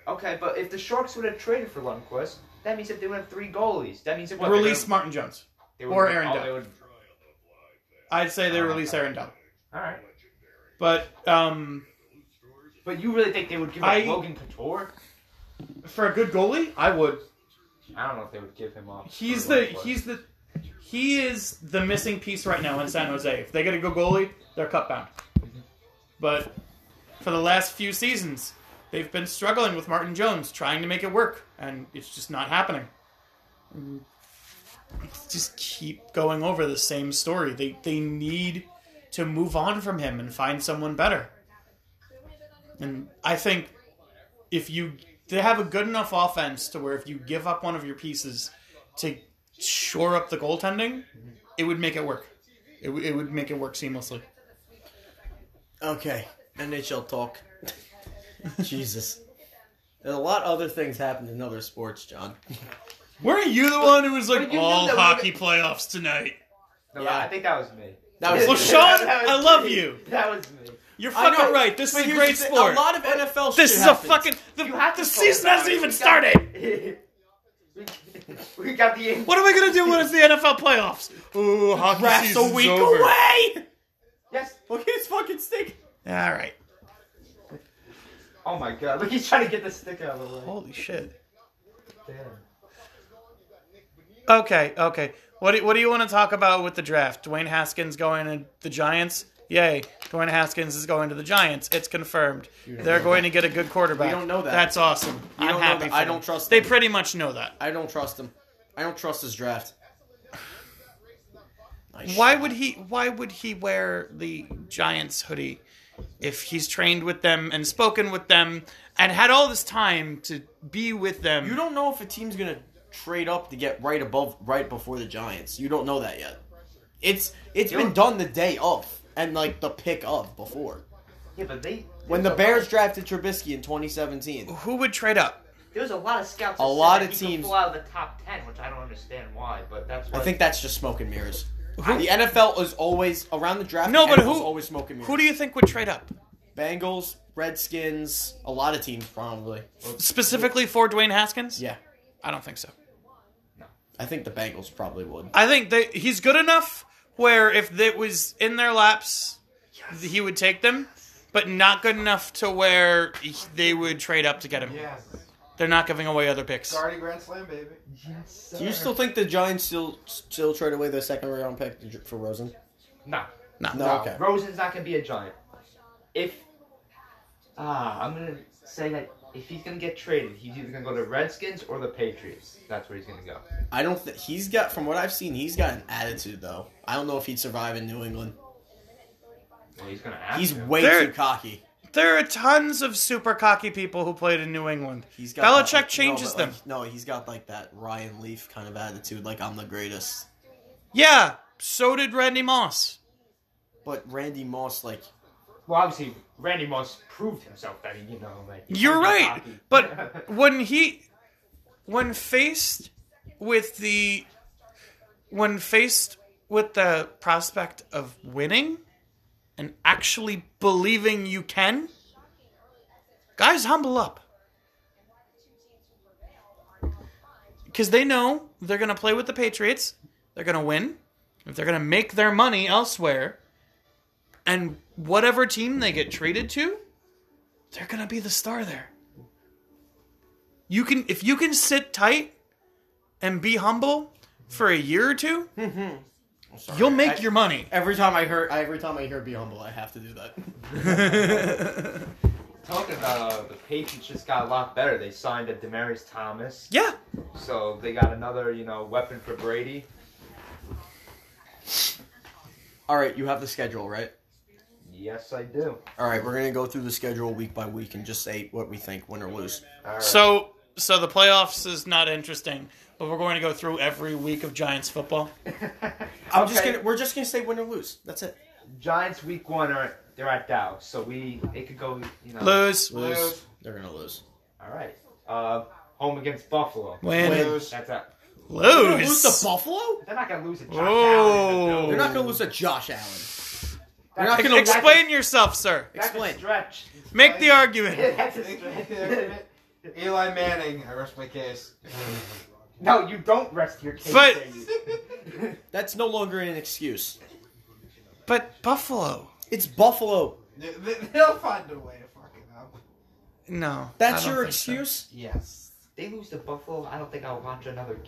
Okay, but if the Sharks would have traded for Lundqvist, that means if they would have three goalies, that means if what, Release they're Martin Jones. gonna- they would or have- Aaron oh, Dell. they would- I'd say Oh, they Uh, release Aaron Dell, All right, but um, but you really think they would give up I- Logan Couture? for a good goalie, I would. I don't know if they would give him up. He's for the Lundqvist. he's the he is the missing piece right now in San Jose. If they get a good goalie, they're cup bound. But for the last few seasons, they've been struggling with Martin Jones, trying to make it work, and it's just not happening. Just keep going over the same story. They they need to move on from him and find someone better. And I think if you they have a good enough offense to where if you give up one of your pieces to shore up the goaltending, it would make it work. It, w- it would make it work seamlessly. Okay, NHL talk. Jesus. There's a lot of other things happened in other sports, John. Weren't you the one who was but like you knew all that we hockey playoffs tonight? No, Yeah. I think that was me. That was Well, Sean, That was I love me. you. That was me. You're I fucking know, right. This but is a here's great the thing, sport. A lot of NFL. this shit is happens. a fucking the, You have the to season call it hasn't out. even We got- started. we got the What am I gonna do when it's the NFL playoffs? Ooh, hockey That's a season's week over. away. yes. Look at his fucking stick. All right. Oh my god, look, he's trying to get the stick out of the way. Holy shit. Damn. Okay, okay. What do, what do you want to talk about with the draft? Dwayne Haskins going to the Giants? Yay. Dwayne Haskins is going to the Giants. It's confirmed. They're going to get a good quarterback. We don't know that. That's awesome. We I'm don't know happy. that. for I them. don't trust They them. pretty much know that. I don't trust him. I don't trust his draft. Nice Why shot. would he why would he wear the Giants hoodie if he's trained with them and spoken with them and had all this time to be with them? You don't know if a team's gonna trade up to get right above, right before the Giants. You don't know that yet. It's it's been done the day of and like the pick of before. Yeah, but they. When there's a the lot- Bears drafted Trubisky in 2017, Who would trade up? There's a lot of scouts. A that said lot that of he could teams- fall out of the top ten, which I don't understand why, but that's. I What, think that's just smoke and mirrors. The NFL is always around the draft. No, the but NFL 's who- always smoke and mirrors? Who do you think would trade up? Bengals, Redskins, a lot of teams probably. Specifically for Dwayne Haskins? Yeah, I don't think so. I think the Bengals probably would. I think that he's good enough where if it was in their laps, he would take them, but not good enough to where he- they would trade up to get him. Yes. They're not giving away other picks. Guardy Grand Slam, baby. Yes, Do you sir. still think the Giants still still trade away their second round pick to- for Rosen? No. No. No, No, okay. Rosen's not gonna be a giant. If ah, I'm gonna say that if he's gonna get traded, he's either gonna go to Redskins or the Patriots. That's where he's gonna go. I don't think he's got. From what I've seen, he's got an attitude though. I don't know if he'd survive in New England. Well, he's gonna ask. He's way There- too cocky. There are tons of super cocky people who played in New England. He's got that, Belichick like- no, changes but, them. like, no, he's got like that Ryan Leaf kind of attitude. Like I'm the greatest. Yeah, so did Randy Moss. But Randy Moss, like well, obviously Randy Moss proved himself that he, you know, like he You're can be right. cocky. But when he when faced with the when faced with the prospect of winning and actually believing you can, guys humble up. Cuz they know they're going to play with the Patriots, they're going to win, if they're going to make their money elsewhere, and whatever team they get traded to, they're going to be the star there. You can if you can sit tight and be humble for a year or 2 you'll make I- your money. every time I hear every time I hear "Be humble," I have to do that. talking about uh, the Patriots just got a lot better. They signed a Demaryius Thomas, Yeah. so they got another you know weapon for Brady. All right, you have the schedule right. Yes, I do. All right, we're gonna go through the schedule week by week and just say what we think, win or lose. All right. So so the playoffs is not interesting, but we're going to go through every week of Giants football. I'm just Okay. gonna we're just gonna say win or lose. That's it. Giants week one are they're at Dallas, so we it could go you know. Lose, Lose. They're gonna lose. All right. Uh, home against Buffalo. win, Win. Lose. That's up. They're gonna lose. lose to Buffalo? They're not gonna lose it. Oh. They're not gonna lose to Josh Allen. They're not Ex- gonna Explain yourself, sir. That's Explain. a stretch. Make the argument. That's a stretch. Eli Manning, I rest my case. no, you don't rest your case. But- Andy. That's no longer an excuse. But Buffalo. It's Buffalo. They- they- They'll find a way to fuck it up. No. I That's don't your think so. excuse. Yes. they lose to Buffalo. I don't think I'll watch another. Game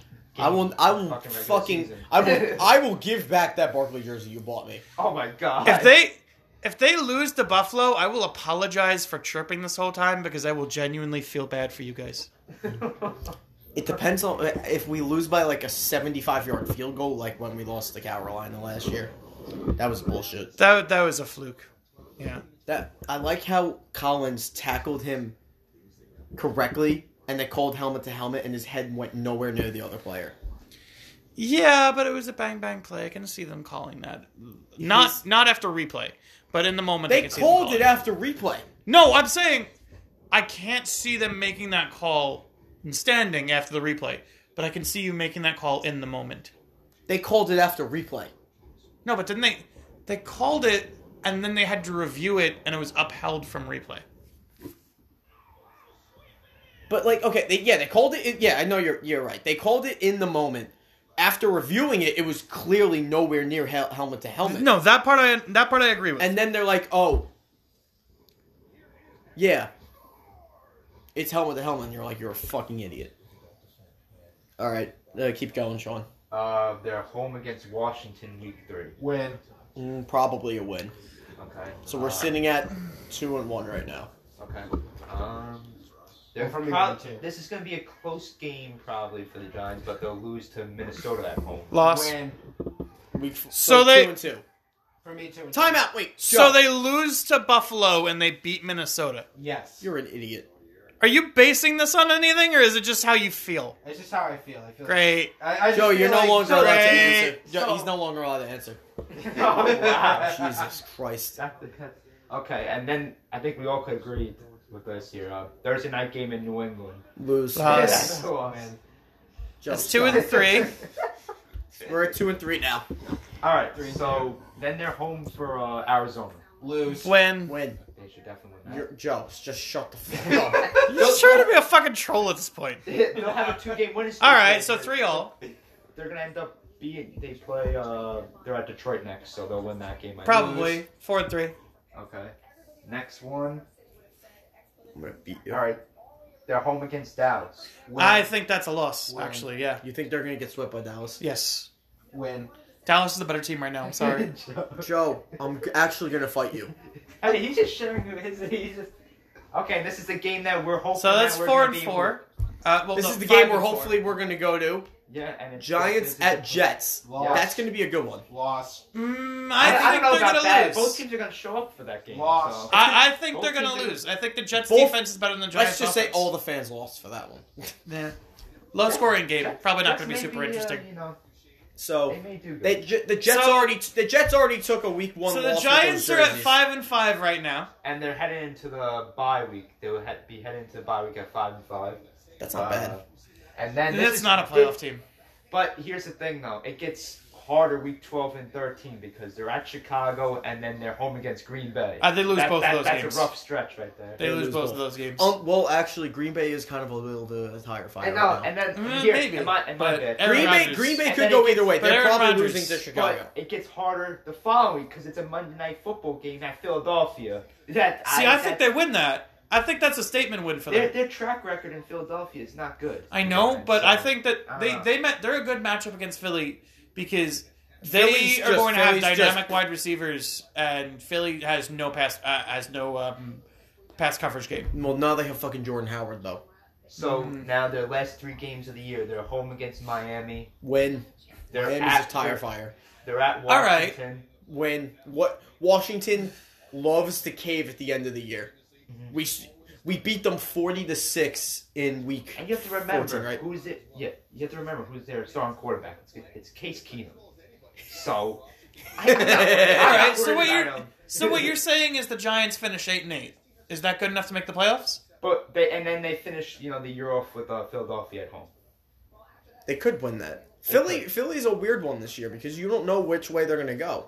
I will. I will Fucking fucking. regular season. I will. I will give back that Barkley jersey you bought me. oh my god. If they if they lose to Buffalo, I will apologize for chirping this whole time because I will genuinely feel bad for you guys. It depends on if we lose by like a seventy-five yard field goal, like when we lost to Carolina last year. That was bullshit. That that was a fluke. Yeah. That I like how Collins tackled him correctly, and they called helmet to helmet, and his head went nowhere near the other player. Yeah, but it was a bang bang play. I can see them calling that. Not He's- not after replay, but in the moment They I can called see them it calling after replay. No, I'm saying I can't see them making that call and standing after the replay, but I can see you making that call in the moment. They called it after replay. No, but didn't they? They called it and then they had to review it, and it was upheld from replay. But like, okay, they, yeah, they called it, Yeah, I know you're you're right. They called it in the moment. After reviewing it, it was clearly nowhere near hel- helmet to helmet. No, that part I that part I agree with. and then they're like, oh, yeah, it's helmet to helmet, and you're like, you're a fucking idiot. All right, uh, keep going, Sean. Uh, they're home against Washington week three. Win. Mm, probably a win. Okay. So we're Uh, sitting at two and one right now. Okay. Um, they're Well, for me, prob- one, two. this is going to be a close game probably for the Giants, but they'll lose to Minnesota at home. Oh, Loss. Win. We So they- two and two. For me too. Timeout. Wait. So Joe, they lose to Buffalo and they beat Minnesota. Yes. You're an idiot. Are you basing this on anything, or is it just how you feel? That's just how I feel. I feel. Great. I, I just Joe, feel you're like- no longer allowed to great. answer. Joe, So- he's no longer allowed to answer. oh, wow. Jesus Christ. okay, and then I think we all could agree with this here. Uh, Thursday night game in New England. Lose. Lost. that's a loss. Win. Joe, That's two and stop. three. We're at two and three now. All right, so then they're home for uh, Arizona. Lose. When Win. They should definitely win that. You're, Joe, just shut the fuck up. you're just trying to be a fucking troll at this point. They'll have a two-game winning streak. All right, so three all. They're gonna end up being. They play. Uh, they're at Detroit next, so they'll win that game. I think. Probably four and three. Okay. Next one. I'm gonna beat you. All right. They're home against Dallas. I think that's a loss, Win. actually. Yeah. You think they're gonna get swept by Dallas? Yes. Win. Dallas is the better team right now. I'm sorry. Joe, I'm g- actually gonna fight you. hey, he's just sharing his. He's just. Okay, this is the game that we're hoping. So that's that we're four gonna and be able- four. Uh, well, This no, is the five game where and four. hopefully we're gonna go to. Yeah, and it's Giants at Jets. Loss. That's gonna be a good one. Loss. Mm, I, I, I, think don't know they're about gonna that. lose. Both teams are gonna show up for that game. Loss. so- I, I think Both they're gonna teams are- lose. I think the Jets Both- defense is better than the Giants. Let's just say offense. all the fans lost for that one. Yeah. Low scoring game. Probably not Jets going to be may super uh, interesting. you know, So they may do good. they, J- the Jets So- already the Jets already took a week one. so the loss with Giants those are at jerseys. five and five right now. and they're heading into the bye week. They will he- be heading into the bye week at five and five. That's not bad. Uh, And then this That's is- not a playoff team. But here's the thing, though. It gets harder week 12 and 13 because they're at Chicago and then they're home against Green Bay. Uh, they lose That- both that- of those that's games. a rough stretch right there. They, They lose, lose both both. of those games. Um, well, actually, Green Bay is kind of a little the higher fire. and right no, now. and then Mm, here, maybe, am I, am I but bad? every- Green Aaron Bay, Rodgers. Green Bay And could then go it gets- either way. but They're Aaron probably Rodgers- losing to Chicago. But it gets harder the following because it's a Monday night football game at Philadelphia. That See, I, think that- they win that. I think that's a statement win for their them. their track record in Philadelphia is not good. I know, but I So, think that I they don't know. they met. They're a good matchup against Philly because they Philly's are just- going to have Philly's just- dynamic wide receivers, and Philly has no pass uh, has no um, pass coverage game. Well, now they have fucking Jordan Howard though. So Mm-hmm. Mm. now their last three games of the year, they're home against Miami. When They're Miami's at a tire fire. They're at All right. Washington. When what Washington loves to cave at the end of the year. Mhm. We s- we beat them forty to six in week. And you have to remember 14, right? who's it. Yeah, you have to remember who's their starting quarterback. It's, it's Case Keenum. So, I'm not- I'm Alright, not so worried what about you're- him. So what you're saying is the Giants finish eight and eight. Is that good enough to make the playoffs? But they and then they finish you know the year off with uh, Philadelphia at home. They could win that. Philly Philly's a weird one this year because you don't know which way they're gonna go.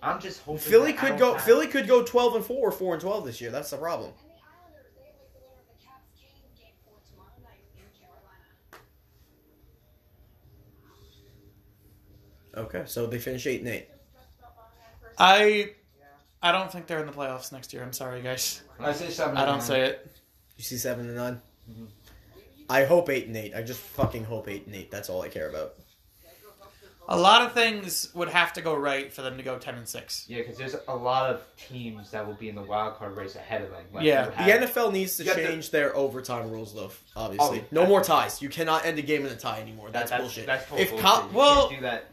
I'm just hoping Philly that I could don't go have- Philly could go twelve and four or four and twelve this year. That's the problem. Okay, so they finish eight and eight. I I don't think they're in the playoffs next year. I'm sorry, guys. I say seven. I don't Mm-hmm. say it. You see seven and 9 I hope eight and eight. I just fucking hope eight and eight. That's all I care about. A lot of things would have to go right for them to go ten and six. Yeah, because there's a lot of teams that will be in the wild card race ahead of them. Like, Yeah. you The have- NFL needs to You got the- change their overtime rules, though. Obviously, Oh, no yeah. more ties. You cannot end a game in a tie anymore. that- That's, that's bullshit. That's total if bullshit. Col- You can't well, do that.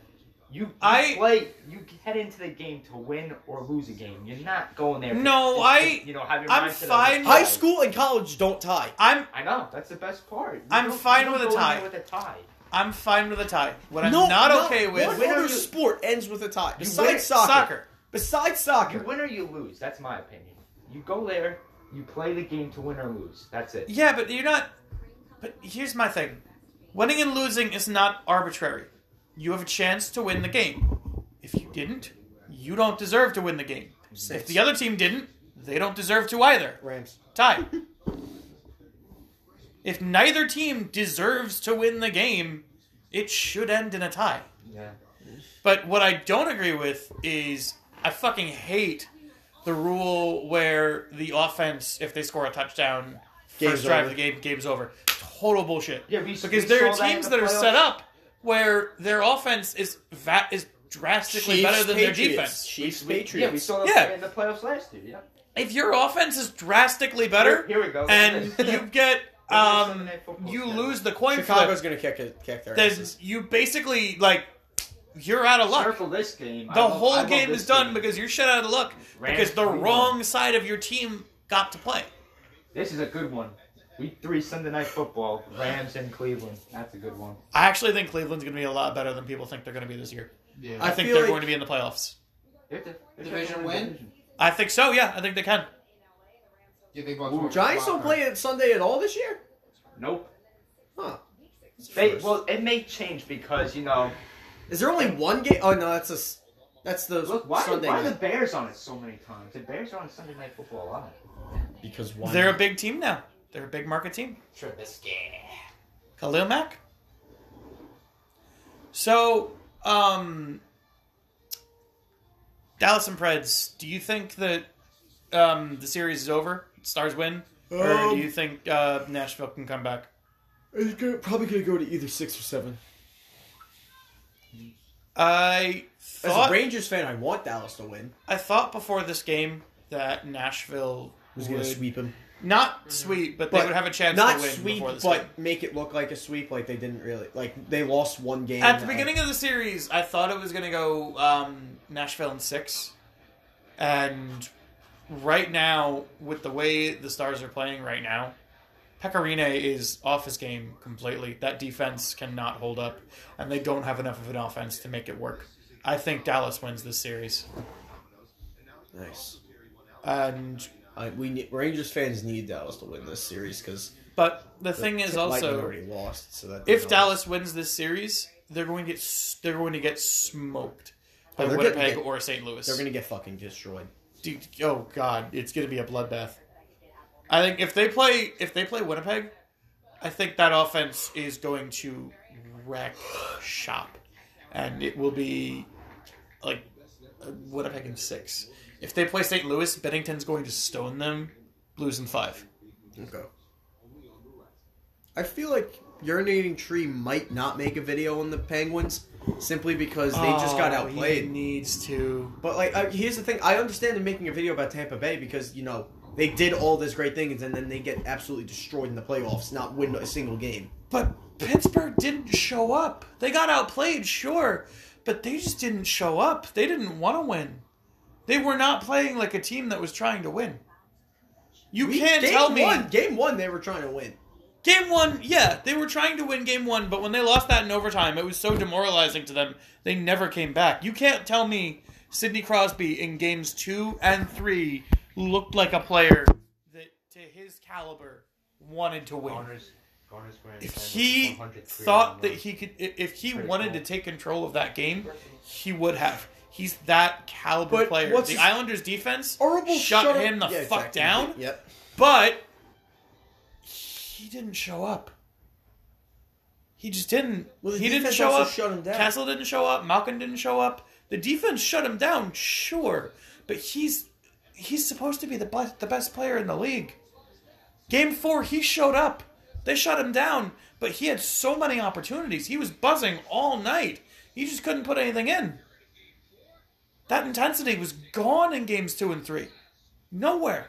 You, you I- play. You head into the game to win or lose a game. You're not going there. to- No, to- to, I- You know, have your I'm mindset of a fine- high tie. school and college don't tie. I'm I know that's the best part. You I'm don't- fine you with don't a go in tie. With a tie. I'm fine with a tie. What I'm no, not no, okay with what When are other you- sport ends with a tie? You win- Besides soccer. soccer. Besides You soccer. win or you lose. That's my opinion. You go there, you play the game to win or lose. That's it. Yeah, but you're not. But here's my thing: winning and losing is not arbitrary. You have a chance to win the game. If you didn't, you don't deserve to win the game. If the other team didn't, they don't deserve to either. Rams. Tie. if neither team deserves to win the game, it should end in a tie. Yeah. But what I don't agree with is I fucking hate the rule where the offense, if they score a touchdown, Game's first drive over. of the game, game's over. Total bullshit. Yeah, we, Because we there saw are in teams the that are playoffs. set up where their offense is va- is drastically better than their defense. Chiefs We- Patriots. Yeah, we saw that Yeah. in the playoffs last year. Yeah. If your offense is drastically better, Here, here we go. Look at and this. you get Look at this Sunday um Night Football you schedule. lose the coin Chicago's flip, gonna kick it, kick their then asses. you basically like you're out of luck. Circle this game. I The love- I whole love game this is done game. because you're shut out of luck Rams because the 21. wrong side of your team got to play. This is a good one. Week three Sunday night football. Rams and Cleveland. That's a good one. I actually think Cleveland's going to be a lot better than people think they're going to be this year. Yeah. I I think feel they're like- going to be in the playoffs. They're the- they're Division the win? division. I think so. Yeah, I think they can. You think Bucks Ooh, won't Giants come don't out, play right? it Sunday at all this year. Nope. Huh? They, well, it may change because you know. Is there only one game? Oh no, that's a. s- That's the Look, why, Sunday why are the night. Bears on it so many times? The Bears are on Sunday Night Football a lot. Because why? They're a big team now. They're a big market team. Trubisky. Khalil Mack. So, um, Dallas and Preds, do you think that um, the series is over? Stars win? or do Um, you think uh, Nashville can come back? It's gonna, probably gonna go to either six or seven. I As thought, a Rangers fan, I want Dallas to win. I thought before this game that Nashville Who's would gonna sweep him? not sweep, but, they But would have a chance Not to win sweep, before this but game. make it look like a sweep, like they didn't really like they lost one game At the beginning of the series, I thought it was going to go um, Nashville in six. And right now, with the way the Stars are playing right now, Pecorino is off his game completely. That defense cannot hold up, and they don't have enough of an offense to make it work. I think Dallas wins this series. Nice. And I, we need, Rangers fans need Dallas to win this series because but the thing is also already lost. So that if Dallas wins this series, they're going to get s- they're going to get smoked by Oh, they're gonna Winnipeg get- or St. Louis. they're gonna get fucking destroyed. Dude, oh god, it's gonna be a bloodbath. I think if they play if they play Winnipeg, I think that offense is going to wreck shop, and it will be like uh, Winnipeg in six. If they play St. Louis, Bennington's going to stone them, losing five. Okay. I feel like urinating tree might not make a video on the Penguins simply because they just got Oh, he outplayed. needs to. But like, I, here's the thing: I understand them making a video about Tampa Bay because you know they did all this great things and then they get absolutely destroyed in the playoffs, not win a single game. But Pittsburgh didn't show up. They got outplayed, sure, but they just didn't show up. They didn't want to win. They were not playing like a team that was trying to win. You We- can't game tell me One, game one, they were trying to win. game one. Yeah, they were trying to win game one, but when they lost that in overtime, it was so demoralizing to them. They never came back. You can't tell me Sidney Crosby in games two and three looked like a player that, to his caliber, wanted to win Corners, corners were in if play with he 103 thought on that one. he could, i- if he Pretty wanted cool. to take control of that game, he would have. He's that caliber But player. what's the his- Islanders' defense Horrible shut shut him the Yeah, fuck exactly. down, Yep. but he didn't show up. He just didn't. Well, the he didn't defense show also up. shut him down. Castle didn't show up. Malkin didn't show up. The defense shut him down, sure, but he's he's supposed to be the best the best player in the league. Game four, he showed up. They shut him down, but he had so many opportunities. He was buzzing all night. He just couldn't put anything in. That intensity was gone in games two and three. Nowhere.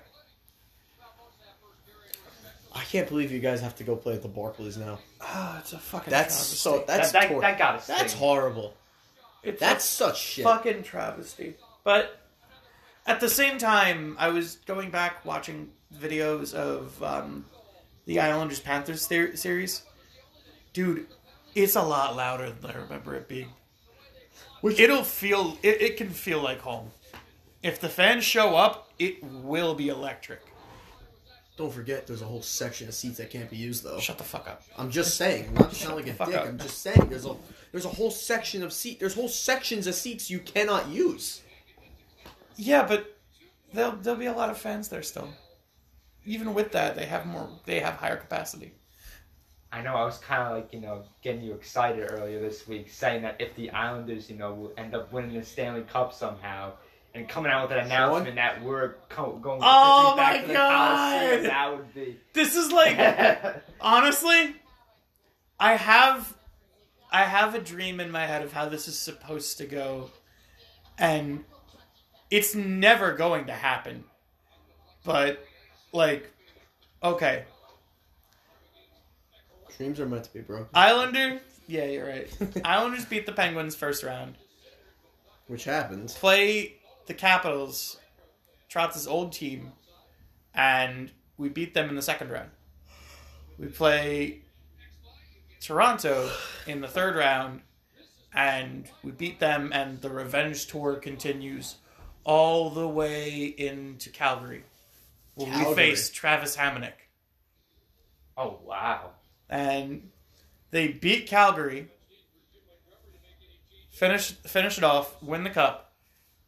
I can't believe you guys have to go play at the Barclays now. Oh, it's a fucking. That's travesty. so. That's that, tor- that, that got us. that's horrible. It's That's such shit. a fucking travesty. But at the same time, I was going back watching videos of um, the Islanders Panthers ser- series. Dude, it's a lot louder than I remember it being. It'll feel. It, it can feel like home. If the fans show up, it will be electric. Don't forget, there's a whole section of seats that can't be used though. Shut the fuck up. I'm just saying, I'm not sound like the a fuck dick. up. I'm just saying there's a there's a whole section of seat there's whole sections of seats you cannot use. Yeah, but there'll there'll be a lot of fans there still. Even with that, they have more. They have higher capacity. I know I was kind of like, you know, getting you excited earlier this week, saying that if the Islanders, you know, will end up winning the Stanley Cup somehow, and coming out with an announcement that we're co- going Oh officially back my to the Coliseum, God. that would be. This is like honestly, I have I have a dream in my head of how this is supposed to go and it's never going to happen. But like okay, Dreams are meant to be, bro. Islander, yeah, you're right. Islanders beat the Penguins first round. Which happens. Play the Capitals, Trotz's old team, and we beat them in the second round. We play Toronto in the third round, and we beat them, and the revenge tour continues all the way into Calgary, where we Calgary. face Travis Hamonic. Oh wow! and they beat Calgary. Finish finish it off, win the cup,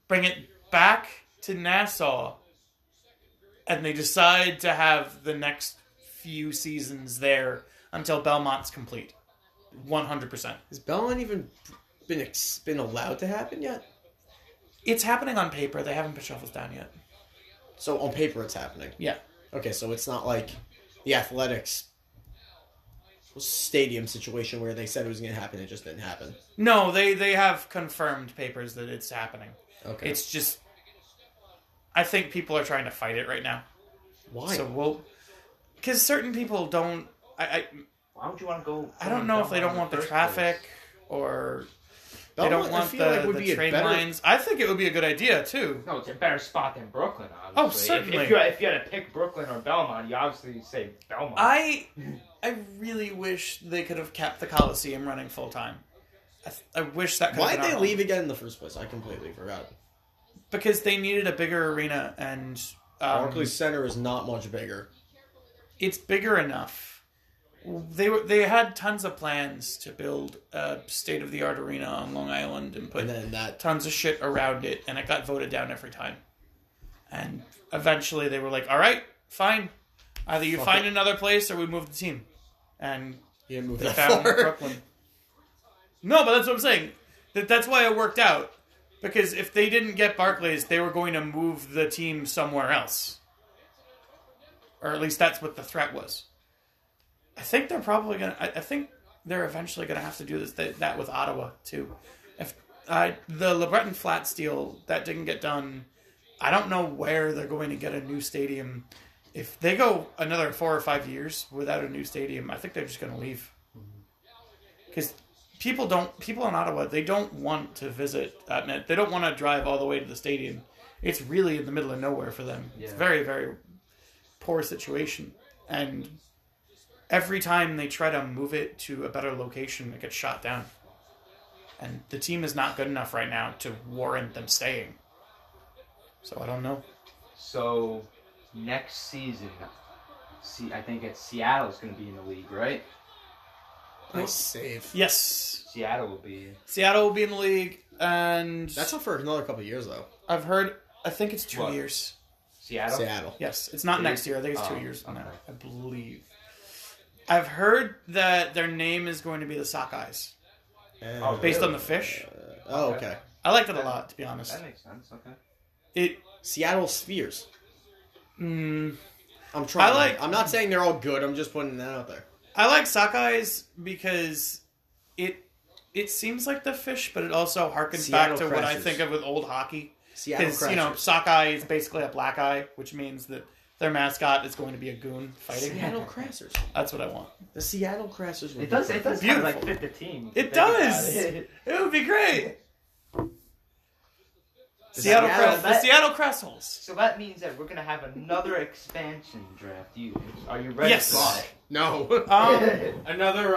bring it back to Nassau, and they decide to have the next few seasons there until Belmont's complete. One hundred percent. Has Belmont even been ex- been allowed to happen yet? It's happening on paper. They haven't put shovels down yet. So on paper, it's happening. Yeah. Okay, so it's not like the athletics stadium situation where they said it was going to happen, it just didn't happen. No, they they have confirmed papers that it's happening. Okay. It's just, I think people are trying to fight it right now. why? So we'll, because certain people don't. I, I Why would you want to go? I don't know if they don't want the traffic or they Belmont, don't I want the, feel like, would the be a train better- lines. I think it would be a good idea too. No, it's a better spot than Brooklyn. Obviously. Oh, If- certainly. If, you if you had to pick Brooklyn or Belmont, you obviously say Belmont. I I really wish they could have kept the Coliseum running full time. I, th- I wish that. could have Why'd been they our- leave again in the first place? I completely forgot. Because they needed a bigger arena, and um, Barclays Center is not much bigger. it's bigger enough. They were they had tons of plans to build a state of the art arena on Long Island and put And then that. tons of shit around it, and it got voted down every time. And eventually, they were like, "All right, fine. Either you Fuck find it." another place, or we move the team." And You didn't move they that found far. Brooklyn. No, but that's what I'm saying. That that's why it worked out. Because if they didn't get Barclays, they were going to move the team somewhere else, or at least that's what the threat was. I think they're probably gonna. I, I think they're eventually gonna have to do this that, that with Ottawa too. If I the LeBreton Flats deal that didn't get done, I don't know where they're going to get a new stadium. If they go another four or five years without a new stadium, I think they're just gonna leave because people don't people in Ottawa they don't want to visit that net. They don't want to drive all the way to the stadium. It's really in the middle of nowhere for them. It's Yeah. very very poor situation, and every time they try to move it to a better location, it gets shot down. And the team is not good enough right now to warrant them staying. So I don't know. so next season, see, I think it's Seattle's going to be in the league, right? Nice save. Yes, Seattle will be. Seattle will be in the league, and That's not for another couple of years, though. I've heard. I think it's two What? years. Seattle. Seattle. Yes, it's not It next is? year. I think it's two Oh, years from now. okay. I believe. I've heard that their name is going to be the Sockeyes, And- based on the fish. Oh, okay. I liked it a lot, to be honest. That makes sense. Okay. It. Seattle Spheres. Mm, I'm trying. I like- I'm not saying they're all good. I'm just putting that out there. I like Sockeyes because it it seems like the fish, but it also harkens Seattle back to what I Crashers. think of with old hockey. Seattle Because Crashers. you know, Sockeye is basically a black eye, which means that their mascot is going to be a goon fighting. Seattle Crashers. That's what I want. The Seattle Crashers. would It be does. It does perfect. kind of like Beautiful. fit the team. It Think about does. it. It would be great. The Seattle, Seattle- Seattle the Seattle Crestholes. So that means that we're gonna have another expansion draft. You are you ready? Yes. For it? No. Um, Another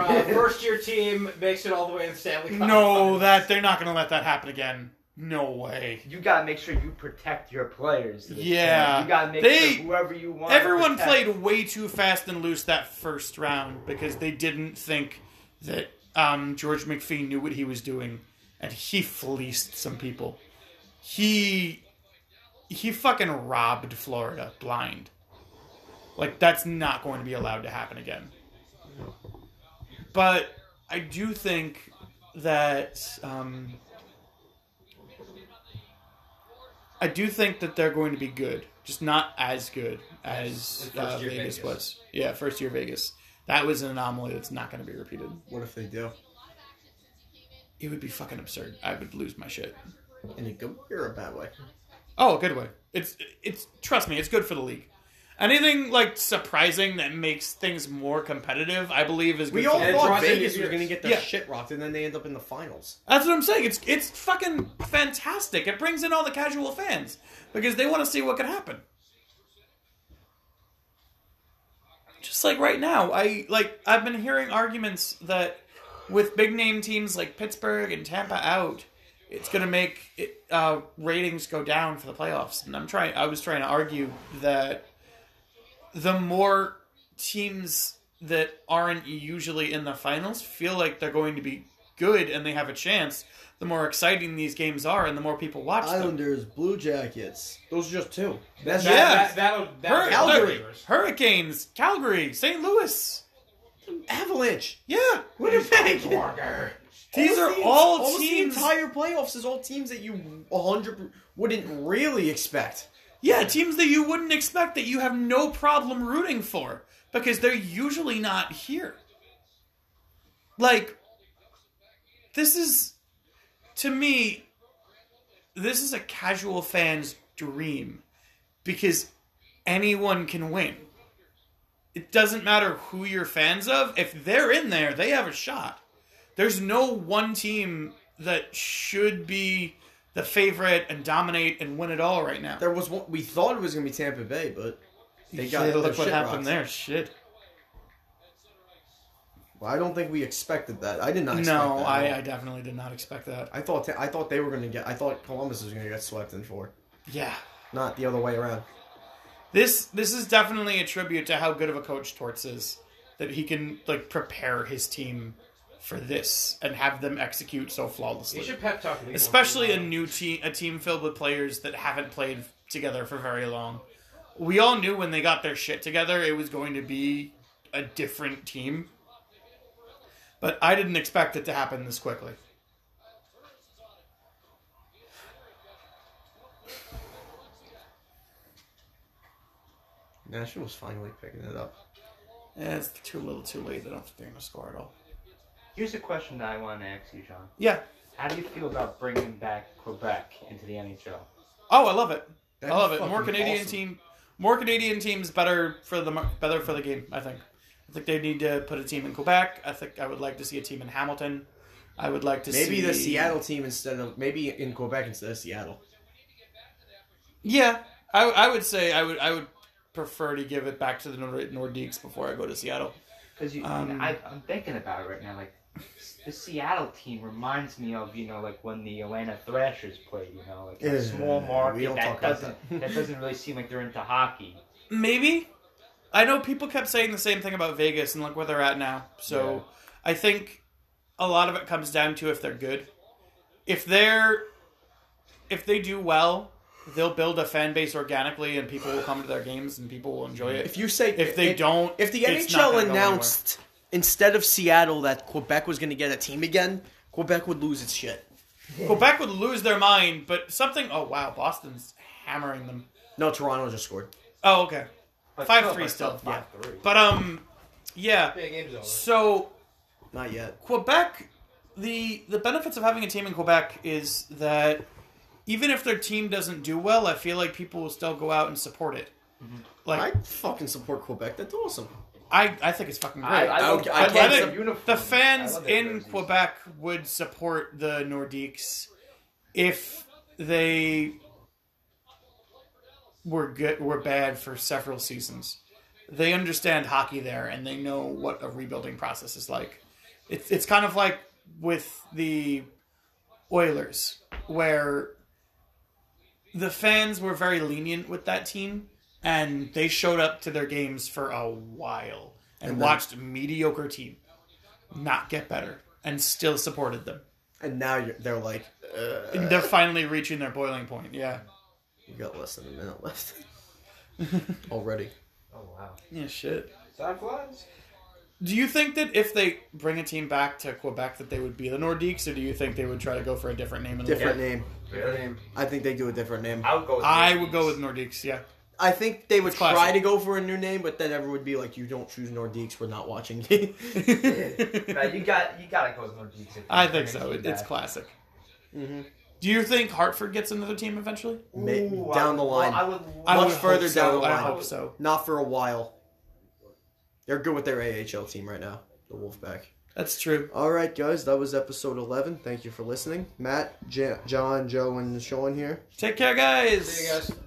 uh, first year team makes it all the way to the Stanley Cup. no, that they're not going to let that happen again. No way. You gotta make sure you protect your players. at this Yeah. point. You gotta make They- sure whoever you want. Everyone protect. played way too fast and loose that first round because they didn't think that um, George McPhee knew what he was doing, and he fleeced some people. He he fucking robbed Florida blind. Like that's not going to be allowed to happen again. But I do think that um, I do think that they're going to be good, just not as good as As first uh, year Vegas, Vegas. was. Yeah, first year Vegas. That was an anomaly that's not going to be repeated. What if they do? It would be fucking absurd. I would lose my shit. In a good way or a bad way? Oh, good way. It's it's trust me, it's good for the league. Anything like surprising that makes things more competitive, I believe, is good. We for all the And it thought draws in Vegas new was viewers. going to get their Yeah. shit rocked, and then they end up in the finals. That's what I'm saying. It's it's fucking fantastic. It brings in all the casual fans because they want to see what could happen. Just like right now, I like I've been hearing arguments that with big name teams like Pittsburgh and Tampa out, it's going to make it, uh, ratings go down for the playoffs. And I'm trying. I was trying to argue that the more teams that aren't usually in the finals feel like they're going to be good and they have a chance, the more exciting these games are and the more people watch them. Islanders, Blue Jackets. Those are just two. That's Yeah. that, that'll Hur- that'll Calgary. Hurricanes, Calgary, St. Louis. Avalanche. Yeah. Winnipeg. These are teams- all almost teams- The entire playoffs is all teams that you 100 wouldn't really expect. Yeah, teams that you wouldn't expect that you have no problem rooting for because they're usually not here. Like, this is, to me, this is a casual fan's dream because anyone can win. It doesn't matter who you're fans of, if they're in there, they have a shot. There's no one team that should be the favorite and dominate and win it all right now. There was one we thought it was going to be Tampa Bay, but they got Yeah, their look what shit happened rocked. there. Shit. Well, I don't think we expected that. I did not. Expect no, that. I, I definitely did not expect that. I thought I thought they were going to get. I thought Columbus was going to get swept in four, Yeah, not the other way around. this this is definitely a tribute to how good of a coach Torts is that he can like prepare his team for this and have them execute so You flawlessly. should pep talk. Lee Especially a once in new team, a team filled with players that haven't played together for very long. We all knew when they got their shit together, it was going to be a different team. But I didn't expect it to happen this quickly. Nashville's finally picking it up. Yeah, Eh, it's too little, too late. I don't think they're gonna score at all. Here's a question that I want to ask you, John. Yeah. How do you feel about bringing back Quebec into the NHL? Oh, I love it. That'd I be love it. fucking More Canadian awesome. team, more Canadian teams better for the mar- better for the game. I think. I think they need to put a team in Quebec. I think I would like to see a team in Hamilton. I would like to Maybe see the Seattle team instead of maybe in Quebec instead of Seattle. Yeah, I, I would say I would I would prefer to give it back to the Nord- Nordiques before I go to Seattle. Because you, Um, I, I'm thinking about it right now. Like the Seattle team reminds me of you know like when the Atlanta Thrashers played. You know, like Yeah, a small market we don't talk that about doesn't that. that. doesn't really seem like they're into hockey. Maybe. I know people kept saying the same thing about Vegas and look where they're at now. So Yeah. I think a lot of it comes down to if they're good. If they're if they do well, they'll build a fan base organically and people will come to their games and people will enjoy it. If you say If they don't if the it's not gonna NHL go announced instead of Seattle that Quebec was going to get a team again, Quebec would lose its shit. anywhere. Quebec would lose their mind, but something oh wow, Boston's hammering them. No, Toronto just scored. Oh, okay. But Five three still. Yeah. But um yeah. Yeah, game's over. So Not yet. Quebec, the the benefits of having a team in Quebec is that even if their team doesn't do well, I feel like people will still go out and support it. I Like fucking support Quebec. That's awesome. I, I, think it's fucking great. I, I, love, Okay, I, I can't- love think their uniforms. the I fans love their in jerseys. Quebec would support the Nordiques if they were good were bad for several seasons. They understand hockey there and they know what a rebuilding process is like. It's it's kind of like with the Oilers where the fans were very lenient with that team and they showed up to their games for a while and, And then- watched a mediocre team not get better and still supported them. And now you're, they're like, uh, And they're finally reaching their boiling point. Yeah. you got less than a minute left already. Oh wow. Yeah, shit. Time flies. Do you think that if they bring a team back to Quebec that they would be the Nordiques, or do you think they would try to go for a different name? In the Different name. Really? I think they do a different name. I would go. With I would go with Nordiques. Yeah, I think they would It's classic. try to go for a new name, but then everyone would be like, "You don't choose Nordiques. We're not watching." mm-hmm. Nah, you got. You gotta go with Nordiques. if I you're think gonna so. keep It, it's that. classic. Mm-hmm. Do you think Hartford gets another team eventually? Ooh, I down the would- line, I would. I much would hope further so. down the line. I hope so. Not for a while. They're good with their AHL team right now, the Wolfpack. That's true. All right, guys, that was episode 11. Thank you for listening. Matt, Jan- John, Joe, and Sean here. Take care, guys. See you guys.